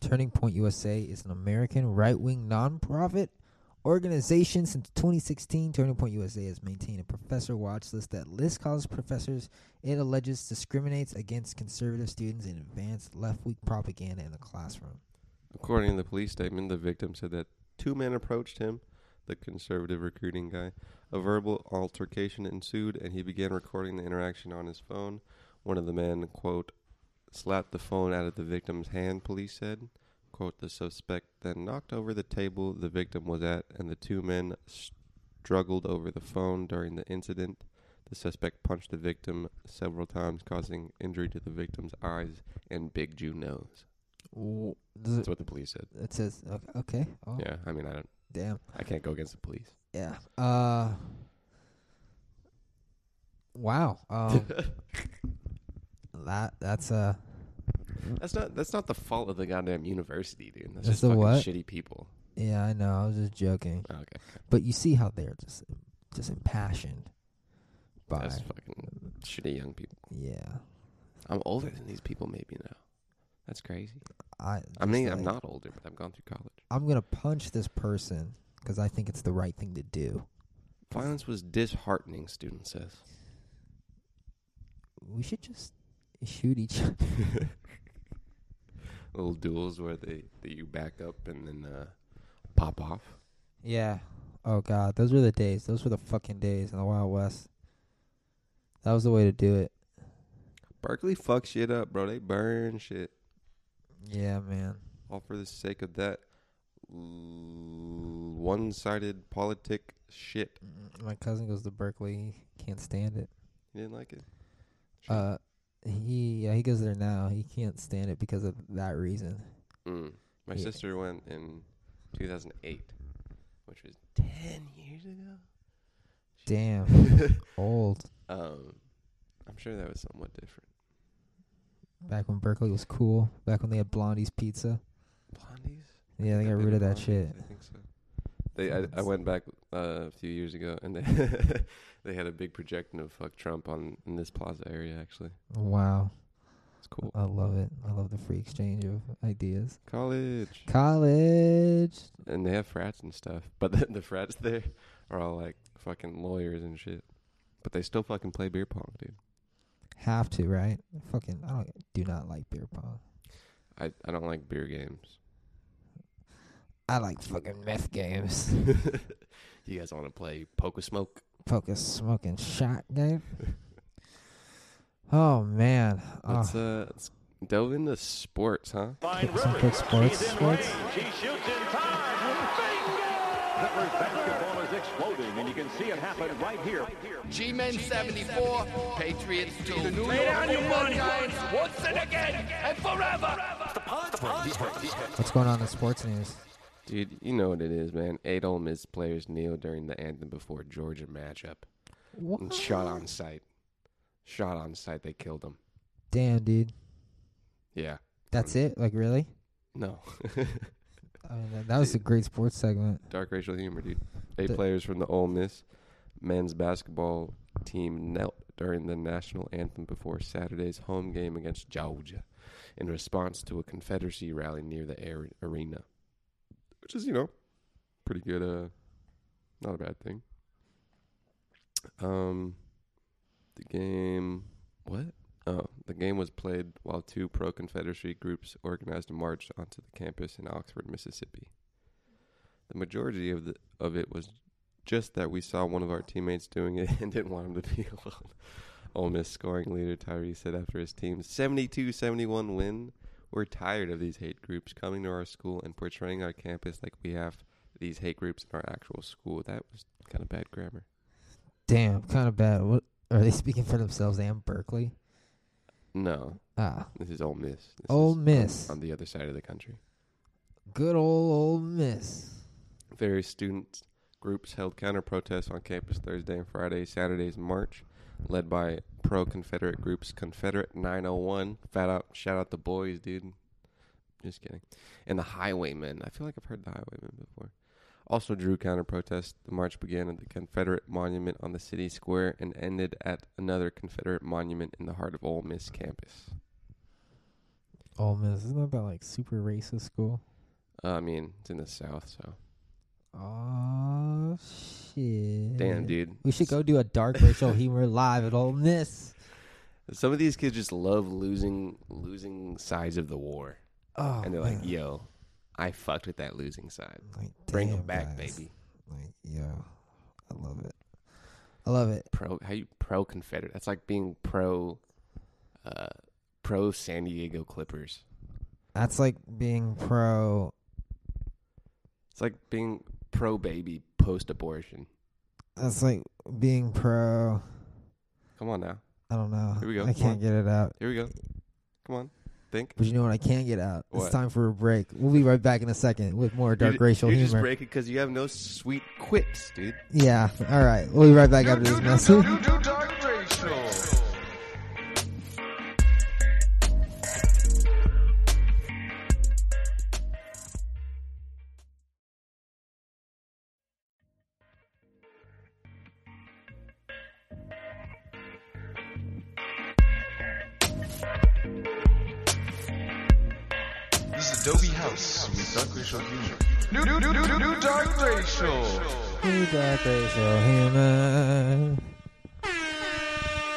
S2: Turning Point USA is an American right wing nonprofit organization since 2016. Turning Point USA has maintained a professor watch list that lists college professors it alleges discriminates against conservative students and advanced left wing propaganda in the classroom.
S1: According to the police statement, the victim said that two men approached him, the conservative recruiting guy. A verbal altercation ensued, and he began recording the interaction on his phone. One of the men, quote, slapped the phone out of the victim's hand, police said. Quote, the suspect then knocked over the table the victim was at, and the two men struggled over the phone during the incident. The suspect punched the victim several times, causing injury to the victim's eyes and big Jew nose.
S2: does it-
S1: That's what the police said.
S2: It says, o- okay. Oh,
S1: Yeah, I mean, I don't.
S2: Damn.
S1: I can't go against the police.
S2: Yeah. Uh, wow. Um, that that's uh
S1: That's not. That's not the fault of the goddamn university, dude. That's,
S2: That's
S1: just
S2: the
S1: fucking
S2: what?
S1: shitty people. Oh,
S2: Yeah, I know. I was just joking.
S1: Okay.
S2: But you see how they're just just impassioned by
S1: That's fucking shitty young people.
S2: Yeah.
S1: I'm older than these people, maybe now. That's crazy.
S2: I
S1: I mean,
S2: just
S1: I'm
S2: like-
S1: not older, but I've gone through college.
S2: I'm gonna punch this person because I think it's the right thing to do.
S1: Violence was disheartening. Student says.
S2: We should just shoot each other.
S1: Little duels where they, they you back up and then uh, pop off.
S2: yeah. Oh God, those were the days. Those were the fucking days in the Wild West. That was the way to do it.
S1: Berkeley fucks shit up, bro. They burn shit.
S2: Yeah, man.
S1: All for the sake of that l- one-sided politic shit.
S2: Mm, My cousin goes to Berkeley. He can't stand it.
S1: You didn't like it?
S2: Uh, he yeah, he goes there now. He can't stand it because of that reason.
S1: Mm. My
S2: Yeah.
S1: sister went in 2008, which was 10 years ago.
S2: Damn, old.
S1: Um, I'm sure that was somewhat different.
S2: Back when Berkeley was cool. Back when they had Blondie's Pizza.
S1: Blondie's?
S2: Yeah, they got rid of that shit.
S1: I think so. They, I, I went back uh, a few years ago, and they they had a big projection of "fuck Trump" on in this plaza area. Actually,
S2: Wow.
S1: It's cool.
S2: I love it. I love the free exchange of ideas.
S1: college,
S2: College.
S1: and they have frats and stuff. But the, the frats there are all like fucking lawyers and shit. But they still fucking play beer pong, dude.
S2: Have to, right? Fucking, I don't, do not like beer pong.
S1: I I don't like beer games.
S2: I like fucking meth games.
S1: You guys want to play poker smoke?
S2: Focus smoking shot game. Oh, man. Oh,
S1: Let's uh, let's delve into sports, huh?
S2: some quick sports. sports.
S15: She shoots in time. Clippers basketball is exploding, and you can see it happen right here.
S16: G-Men 74, Patriots 2. The New
S15: Lay down your money.
S16: Giants once and again and forever.
S2: What's going on in sports news?
S1: Dude, you know what it is, man. Eight Ole Miss players kneel during the anthem before Georgia matchup. And shot on sight. Shot on sight. They killed him.
S2: Damn, dude.
S1: Yeah.
S2: That's it? Like, really?
S1: No.
S2: I mean, that, that was a great sports segment.
S1: Dark racial humor, dude. Eight
S2: The-
S1: players from the Ole Miss men's basketball team knelt during the national anthem before Saturday's home game against Georgia in response to a Confederacy rally near the air arena. Which is, you know, pretty good. Uh, not a bad thing. Um, the game. What? Oh, the game was played while two pro Confederacy groups organized a march onto the campus in Oxford, Mississippi. The majority of the of it was just that we saw one of our teammates doing it and didn't want him to be alone. Ole Miss scoring leader Tyree said after his team's 72-71 win, "We're tired of these hate groups coming to our school and portraying our campus like we have these hate groups in our actual school." That was kind of bad grammar.
S2: Damn, kind of bad. What Are they speaking for themselves and Berkeley?
S1: No.
S2: Ah.
S1: This is Ole Miss. This
S2: Ole
S1: is on-
S2: Miss.
S1: On, the other side of the country.
S2: Good old old Miss.
S1: Various student groups held counter protests on campus Thursday and Friday, Saturdays in March, led by pro Confederate groups Confederate 901. Fat out, shout out the boys, dude. Just kidding. And the Highwaymen. I feel like I've heard the Highwaymen before. Also drew counter protests. The march began at the Confederate monument on the city square and ended at another Confederate monument in the heart of Ole Miss campus.
S2: Ole Miss. Isn't that that, like, super racist school?
S1: Uh, I mean, it's in the South, so.
S2: Oh, shit.
S1: Damn, dude.
S2: We should go do a dark racial humor live at Ole Miss.
S1: Some of these kids just love losing losing sides of the war.
S2: Oh,
S1: and they're like, "Yo, I fucked with that losing side. Bring
S2: Bring
S1: them
S2: 'em
S1: back, baby."
S2: Like, yo, I love it. I love it.
S1: Pro, how you pro Confederate? That's like being pro, uh, pro San Diego Clippers.
S2: That's like being pro.
S1: It's like being pro baby post abortion.
S2: That's like being pro.
S1: Come on now,
S2: I don't know.
S1: Here we go. Come
S2: I
S1: on.
S2: can't get it out.
S1: here we go. Come on, think.
S2: But you know what? I can't get out.
S1: What?
S2: It's time for a break. We'll be right back in a second with more dark
S1: you
S2: racial
S1: you
S2: humor.
S1: just break it because you have no sweet quips, dude.
S2: Yeah. All right. We'll be right back after this message.
S6: Dark racial.
S1: This is Adobe House with dark racial humor.
S6: New, new, new, new, new dark racial.
S2: New dark racial humor.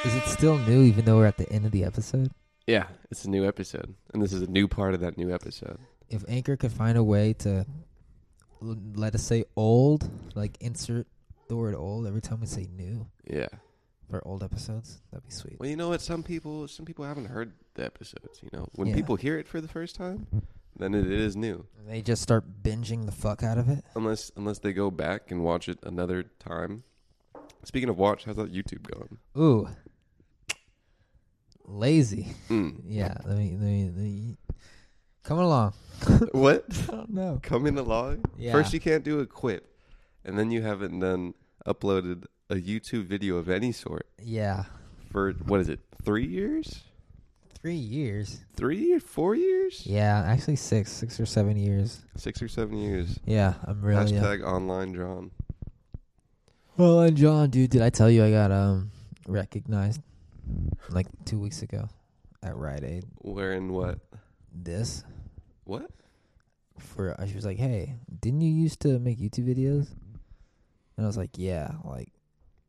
S2: Is it still new, even though we're at the end of the episode?
S1: Yeah, it's a new episode, and this is a new part of that new episode.
S2: If Anchor could find a way to l- let us say old, like insert the word old every time we say new
S1: Yeah.
S2: for old episodes, that'd be sweet.
S1: Well, you know what? Some people, some people haven't heard the episodes. You know, when
S2: Yeah.
S1: people hear it for the first time, then it, it is new.
S2: They just start binging the fuck out of it.
S1: Unless unless they go back and watch it another time. Speaking of watch, how's that YouTube going?
S2: Ooh, lazy.
S1: Mm.
S2: Yeah, let me, let me, let me. Come along.
S1: what?
S2: I don't know.
S1: Coming along?
S2: Yeah.
S1: First you can't do a quip, and then you haven't done uploaded a YouTube video of any sort
S2: Yeah,
S1: for what is it? Three years?
S2: three years.
S1: Three years? Four years?
S2: Yeah, actually six, six or seven years.
S1: Six or seven years.
S2: Yeah, I'm really. uh,
S1: Hashtag online John.
S2: Well, and John, dude, did I tell you I got um recognized like two weeks ago at Rite Aid?
S1: Where and what?
S2: This
S1: What?
S2: for uh, she was like, "Hey, didn't you used to make YouTube videos?" And I was like, "Yeah, like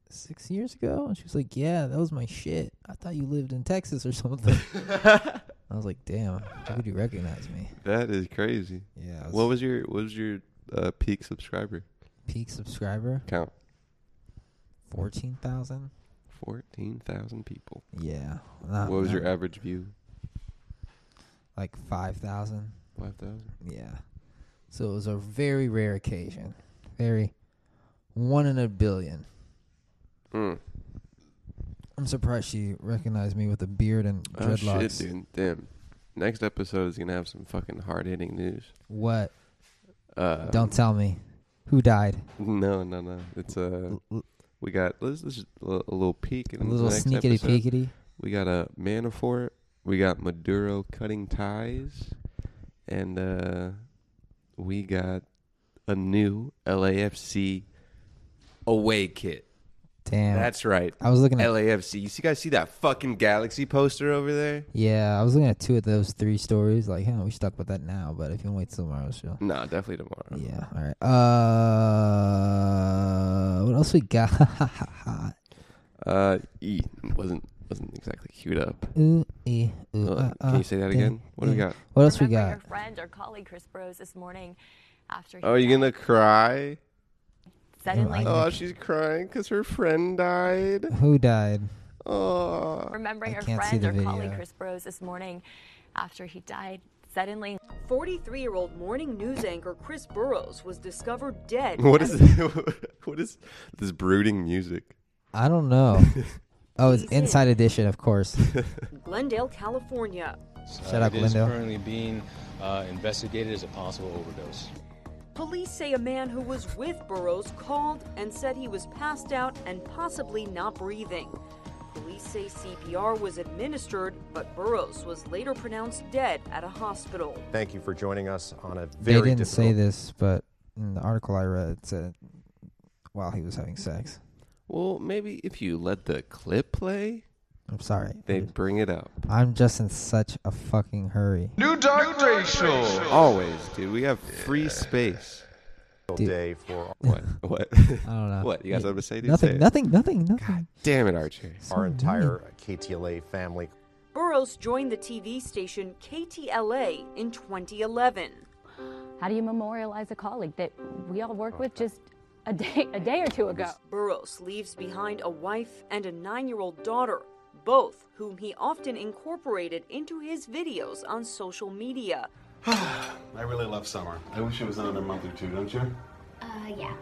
S2: six years ago." And she was like, "Yeah, that was my shit. I thought you lived in Texas or something." I was like, "Damn, how could you recognize me?"
S1: That is crazy.
S2: Yeah, I was-
S1: What was your what was your uh, peak subscriber
S2: Peak subscriber
S1: count?
S2: fourteen thousand.
S1: Fourteen thousand people.
S2: Yeah, not-
S1: what was
S2: not-
S1: your average view?
S2: like five thousand?
S1: Five thousand.
S2: Yeah. So it was a very rare occasion. Very one in a billion.
S1: Mm.
S2: I'm surprised she recognized me with a beard and
S1: Oh
S2: dreadlocks.
S1: shit, dude! Damn. Next episode is gonna have some fucking hard hitting news.
S2: What?
S1: Uh,
S2: Don't tell me. Who died?
S1: No, no, no. It's uh, we got let's, let's just a, a little peek in
S2: A little
S1: the next
S2: sneakity
S1: episode.
S2: peekity.
S1: We got a Manafort. We got Maduro cutting ties, and uh, we got a new LAFC away kit.
S2: Damn.
S1: That's right.
S2: I was looking at-
S1: LAFC. You see, guys, see that fucking Galaxy poster over there?
S2: Yeah, I was looking at two of those three stories. Like, huh, we should talk about that now, but if you want to wait till tomorrow's show.
S1: No, definitely tomorrow.
S2: Yeah, all right. Uh, what else we got?
S1: Uh, e wasn't wasn't exactly queued up.
S2: Ooh, eh, ooh,
S1: Uh,
S2: uh,
S1: can
S2: uh,
S1: you say that
S2: ding,
S1: again? What do we
S2: ding.
S1: got?
S2: What else we
S17: Remember
S2: got?
S17: your friend or colleague Chris Bros this morning after he
S1: Oh, you gonna cry?
S17: suddenly
S1: Oh, she's crying because her friend died.
S2: Who died?
S1: Oh.
S17: remembering
S2: I
S17: your
S2: can't see
S17: friend
S2: the
S17: or colleague
S2: video.
S17: Chris Bros this morning after he died suddenly
S18: 43 year old morning news anchor Chris Burrows was discovered dead.
S1: What is
S18: after-
S1: what is this brooding music?
S2: I don't know. oh, it's Inside Edition, of course.
S18: Glendale, California.
S2: Shut up,
S19: It is
S2: Glendale.
S19: currently being uh, investigated as a possible overdose.
S18: Police say a man who was with Burrows called and said he was passed out and possibly not breathing. Police say CPR was administered, but Burrows was later pronounced dead at a hospital.
S20: Thank you for joining us on a
S2: They
S20: very
S2: didn't
S20: difficult
S2: say this, but in the article I read, it said while he was having sex.
S1: Well, maybe if you let the clip play,
S2: I'm sorry.
S1: they'd bring it up.
S2: I'm just in such a fucking hurry.
S6: New Dark Racial.
S1: Always, dude. We have free space.
S20: day for
S1: What? What? I
S2: don't know.
S1: What? You got something to say? Dude?
S2: Nothing,
S1: Say it.
S2: nothing, nothing, nothing.
S1: Damn it, Archer.
S20: our entire KTLA family.
S18: Burrows joined the TV station KTLA in 2011.
S17: how do you memorialize a colleague that we all work with just a day a day or two ago
S18: Burroughs leaves behind a wife and a nine year old daughter, both whom he often incorporated into his videos on social media.
S21: I really love summer. I wish it was another month or two, don't you?
S18: Uh, yeah.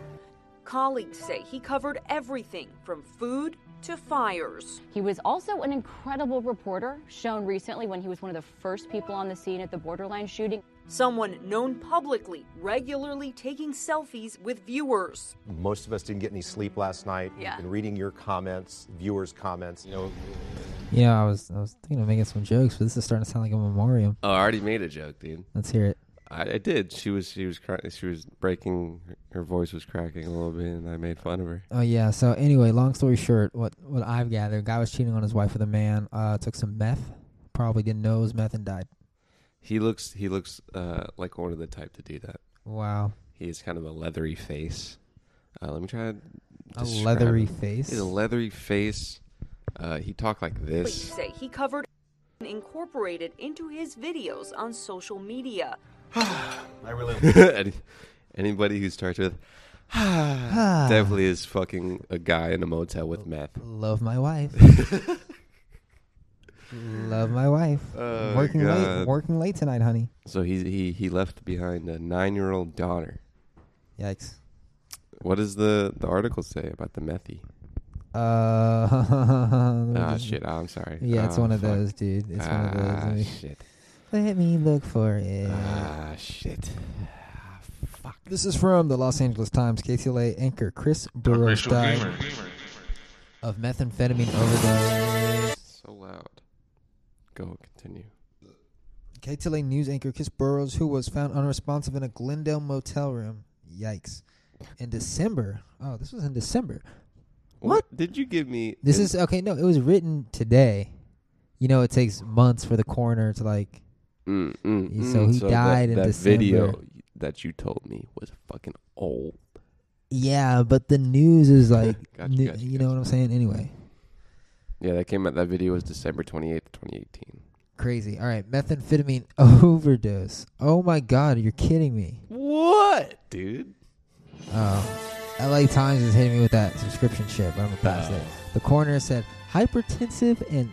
S18: Colleagues say he covered everything from food to fires.
S17: he was also an incredible reporter shown recently when he was one of the first people on the scene at the borderline shooting
S18: Someone known publicly, regularly taking selfies with viewers.
S20: Most of us didn't get any sleep last night.
S18: Yeah.
S20: Been reading your comments, viewers' comments. You know,
S2: You know, I was, I was thinking of making some jokes, but this is starting to sound like a memoriam.
S1: Oh, I already made a joke, dude.
S2: Let's hear it.
S1: I, I did. She was she was crying. She was breaking. Her voice was cracking a little bit, and I made fun of her.
S2: Oh yeah. So anyway, long story short, what what I've gathered, guy was cheating on his wife with a man. Uh, took some meth. Probably didn't know it was meth and died.
S1: He looks he looks uh, like one of the type to do that.
S2: Wow.
S1: He has kind of a leathery face. Uh, let me try. to
S2: A
S1: describe
S2: leathery
S1: him.
S2: face?
S1: He has a leathery face. Uh, he talked like
S18: Police
S1: this.
S18: say he covered and incorporated into his videos on social media.
S20: I really.
S1: Any- Anybody who starts with definitely is fucking a guy in a motel with meth.
S2: Love my wife. Love my wife.
S1: Oh,
S2: working late.
S1: God.
S2: Working late tonight, honey.
S1: So he he he left behind a nine-year-old daughter.
S2: Yikes.
S1: What does the the article say about the methy?
S2: Uh,
S1: Ah, shit. I'm sorry.
S2: Yeah, it's
S1: Oh,
S2: one of
S1: fuck.
S2: those, dude. It's one of those.
S1: Ah,
S2: Let me-
S1: shit.
S2: Let me look for it.
S1: Ah, shit. Ah,
S2: This is from the Los Angeles Times. KTLA anchor Chris Burrows died of methamphetamine overdose.
S1: So loud. Go continue.
S2: KTLA news anchor Chris Burrows, who was found unresponsive in a Glendale motel room. Yikes. In December. Oh, this was in December.
S1: What did you give me?
S2: This
S1: an-
S2: is okay. No, it was written today. You know, it takes months for the coroner to like.
S1: Mm, mm,
S2: Yeah,
S1: mm.
S2: so he died
S1: that,
S2: in
S1: that
S2: December.
S1: video that you told me was fucking old.
S2: Yeah, but the news is like,
S1: Gotcha,
S2: new-
S1: gotcha,
S2: you know what I'm saying? Anyway,
S1: Yeah, that came out. That video was December twenty eighth, twenty eighteen.
S2: crazy. All right, methamphetamine overdose. Oh my God, you're kidding me.
S1: What, dude?
S2: Oh, LA Times is hitting me with that subscription shit, but I'm gonna pass it.
S1: Ah,
S2: The coroner said hypertensive and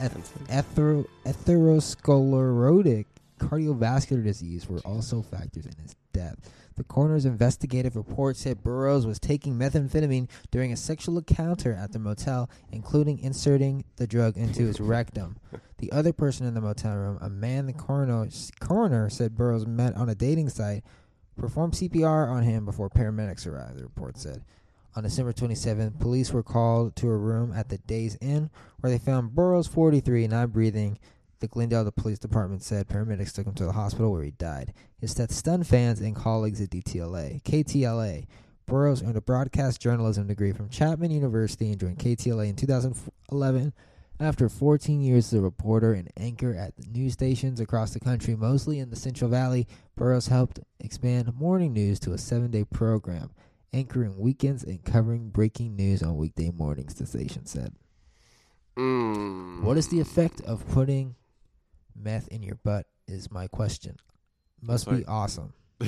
S2: eth- ether- atherosclerotic cardiovascular disease were also factors in his death. The coroner's investigative report said Burroughs was taking methamphetamine during a sexual encounter at the motel, including inserting the drug into his rectum. The other person in the motel room, a man the coroner, coroner said Burroughs met on a dating site, performed CPR on him before paramedics arrived, the report said. On December 27th, police were called to a room at the Days Inn where they found Burroughs, 43, not breathing. The Glendale Police Department said paramedics took him to the hospital where he died. His death stunned fans and colleagues at DTLA. KTLA. Burroughs earned a broadcast journalism degree from Chapman University and joined KTLA in 2011 after 14 years as a reporter and anchor at news stations across the country, mostly in the Central Valley, Burroughs helped expand morning news to a seven day program, anchoring weekends and covering breaking news on weekday mornings, the station said.
S1: Mm.
S2: What is the effect of putting meth in your butt? Is my question. Must be
S1: Sorry.
S2: awesome.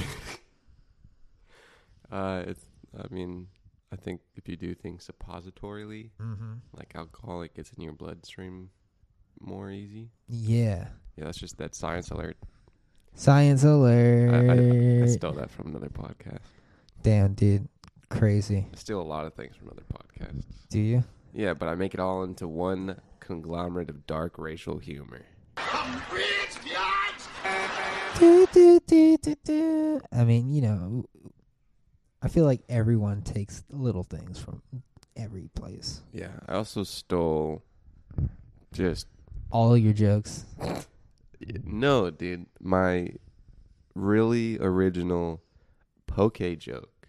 S1: Uh, it's. I mean, I think if you do things suppositorily,
S2: Mhm.
S1: like alcohol, it gets in your bloodstream more easy.
S2: Yeah.
S1: Yeah, that's just that science alert.
S2: Science
S1: I, I, I
S2: alert.
S1: stole that from another podcast.
S2: Damn, dude. Crazy.
S1: I steal a lot of things from other podcasts.
S2: Do you?
S1: Yeah, but I make it all into one conglomerate of dark racial humor.
S2: Do, do, do, do, do. I mean, you know, I feel like everyone takes little things from every place.
S1: Yeah, I also stole just
S2: All your jokes.
S1: no, dude, my really original poke joke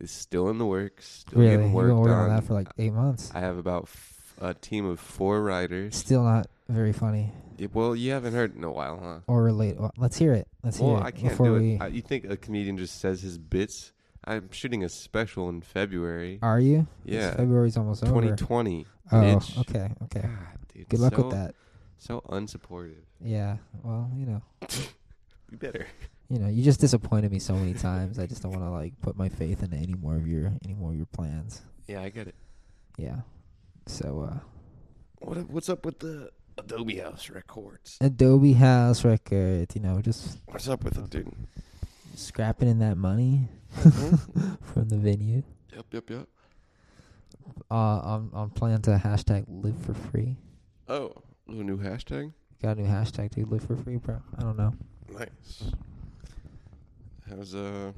S1: is still in the works. Still
S2: Really?
S1: getting
S2: You've
S1: worked
S2: been working
S1: on.
S2: on that for like eight months.
S1: I have about f- a team of four writers.
S2: Still not very funny
S1: Yeah, well, you haven't heard in a while, huh?
S2: or relate. well, Let's hear it. Let's hear
S1: Well,
S2: it
S1: I can't
S2: before
S1: do it.
S2: we.
S1: I, you think a comedian just says his bits? I'm shooting a special in February.
S2: Are you? It's
S1: Yeah.
S2: February's almost over.
S1: 2020.
S2: Oh,
S1: bitch.
S2: okay, okay.
S1: God, dude,
S2: Good luck
S1: so-
S2: with that.
S1: So unsupportive.
S2: Yeah. Well, you know,
S1: You better.
S2: you know, you just disappointed me so many times. I just don't want to like put my faith into any more of your any more of your plans.
S1: Yeah, I get it.
S2: Yeah. So uh
S1: What what's up with the Adobe House Records?
S2: Adobe House record, you know, just
S1: What's up with it, dude?
S2: scrapping in that money
S1: Mhm.
S2: from the venue.
S1: Yep, yep, yep.
S2: Uh, I'm I'm planning to hashtag live for free.
S1: Oh, a new hashtag.
S2: Got a new hashtag to live for free, bro. I don't know.
S1: Nice. How's uh,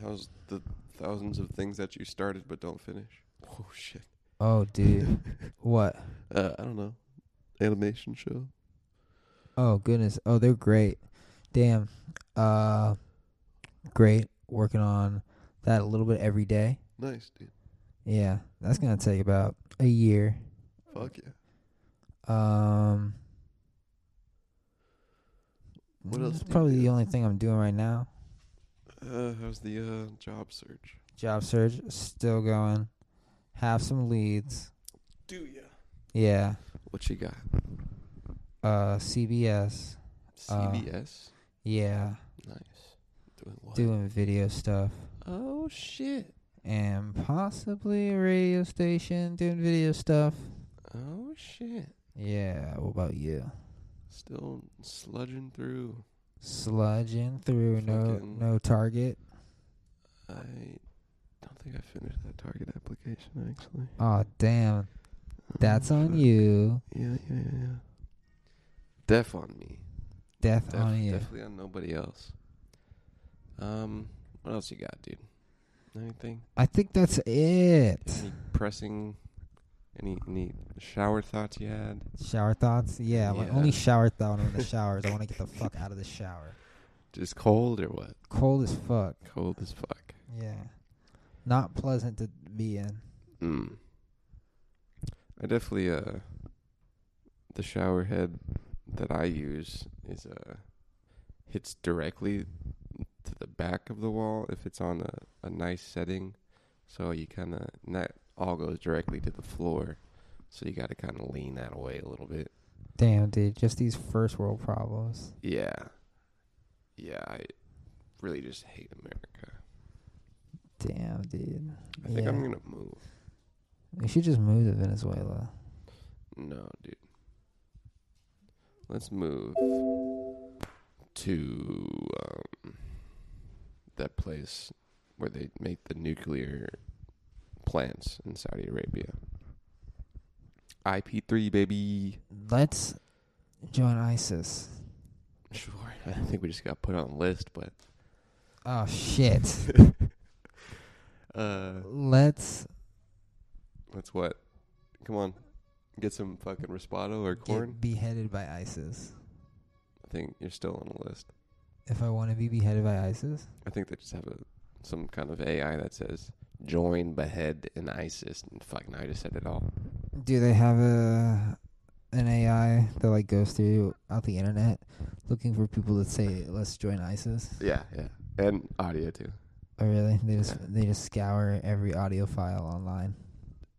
S1: how's the thousands of things that you started but don't finish? Oh shit.
S2: Oh, dude, what?
S1: Uh, I don't know. Animation show.
S2: Oh goodness. Oh, they're great. Damn. Uh, great. Working on that a little bit every day.
S1: Nice, dude.
S2: Yeah, that's gonna take about a year.
S1: Fuck yeah.
S2: Um, what
S1: else
S2: That's
S1: do you
S2: probably the only thing I'm doing right now.
S1: Uh, how's the uh job search?
S2: Job search still going. Have some leads.
S1: Do ya?
S2: Yeah.
S1: What you got?
S2: Uh, CBS. Uh,
S1: CBS.
S2: yeah.
S1: Nice. Doing what?
S2: Doing video stuff
S1: Oh shit.
S2: and possibly a radio station doing video stuff.
S1: Oh shit.
S2: Yeah, what about you?
S1: Still sludging through.
S2: Sludging through, no
S1: Fucking-
S2: no target.
S1: I don't think I finished that Target application actually. Oh,
S2: Oh damn, that's on you.
S1: Yeah, yeah, yeah. yeah. Death on me.
S2: Death on you.
S1: Definitely on nobody else. Um, what else you got, dude? Anything?
S2: I think that's it.
S1: Any pressing? Any any shower thoughts you had?
S2: Shower thoughts? Yeah, my
S1: Yeah.
S2: only shower thought on the showers. I want to get the fuck out of the shower.
S1: Just cold or what?
S2: Cold as fuck.
S1: Cold as fuck.
S2: Yeah, not pleasant to be in.
S1: Mm. I definitely uh the shower head that I use is uh hits directly to the back of the wall if it's on a, a nice setting. So you kinda and that all goes directly to the floor. So you gotta kinda lean that away a little bit.
S2: Damn, dude, just these first world problems.
S1: Yeah. Yeah, I really just hate America.
S2: Damn, dude.
S1: I think I'm
S2: Yeah.
S1: gonna move.
S2: We should just move to Venezuela.
S1: No, dude. Let's move to um, that place where they make the nuclear plants in Saudi Arabia. IP3, baby.
S2: Let's join ISIS.
S1: Sure. I think we just got put on the list, but
S2: Oh shit.
S1: uh,
S2: Let's
S1: that's what. Come on, get some fucking Respato or corn.
S2: get beheaded by ISIS.
S1: I think you're still on the list.
S2: If I want to be beheaded by ISIS,
S1: I think they just have a some kind of AI that says join, behead, and ISIS, and fucking I just said it all.
S2: do they have a an AI that like goes through out the internet looking for people that say let's join ISIS?
S1: Yeah, yeah, and audio too.
S2: Oh really? They just they just scour every audio file online.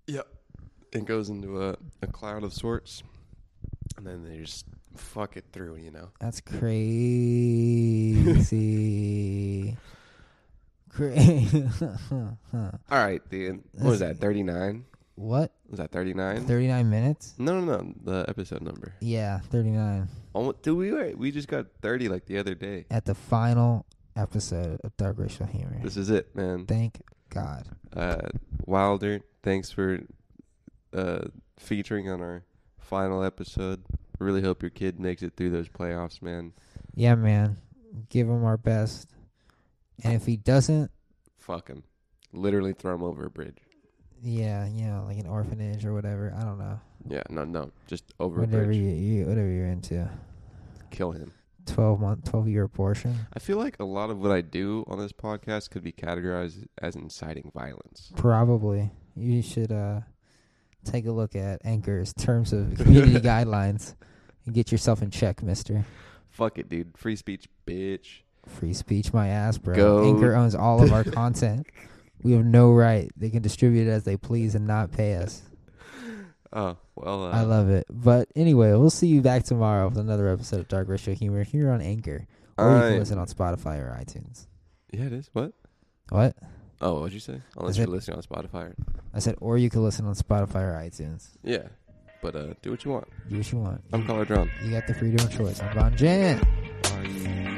S1: Yep. It goes into a, a cloud of sorts, and then they just fuck it through, you know.
S2: That's crazy. Crazy.
S1: All right, dude. What was that? Thirty nine.
S2: What?
S1: was that? Thirty nine.
S2: 39 minutes?
S1: No, no, no. The episode number.
S2: Yeah, 39.
S1: Oh, dude, we were, we just got thirty like the other day.
S2: At the final episode of Dark Racial Humor.
S1: This is it, man.
S2: Thank God.
S1: uh, Wilder, thanks for uh, featuring on our final episode. Really hope your kid makes it through those playoffs, man.
S2: Yeah, man. Give him our best. And if he doesn't,
S1: Fuck him. Literally throw him over a bridge.
S2: yeah, you know, like an orphanage or whatever. I don't know.
S1: Yeah, no, no, just over a
S2: Whatever
S1: bridge.
S2: you, you whatever you're into.
S1: Kill him.
S2: 12 month 12 year abortion.
S1: I feel like a lot of what I do on this podcast could be categorized as inciting violence.
S2: Probably. You should uh take a look at Anchor's terms of community guidelines and get yourself in check, mister.
S1: Fuck it, dude. Free speech, bitch.
S2: Free speech my ass, bro.
S1: Go-
S2: Anchor owns all of our content. We have no right. They can distribute it as they please and not pay us.
S1: Oh, well. Uh,
S2: I love it. But anyway, we'll see you back tomorrow with another episode of Dark Racial Humor here on Anchor. Or you
S1: I'm-
S2: can listen on Spotify or iTunes.
S1: Yeah, it is. What?
S2: What?
S1: Oh, what'd you say? Unless
S2: I
S1: you're
S2: said-
S1: listening on Spotify.
S2: I said, or you can listen on Spotify or iTunes.
S1: Yeah. But uh, do what you want.
S2: Do what you want.
S1: I'm Collar Drum.
S2: You got the freedom of choice. I'm Von Jan.
S1: Bye.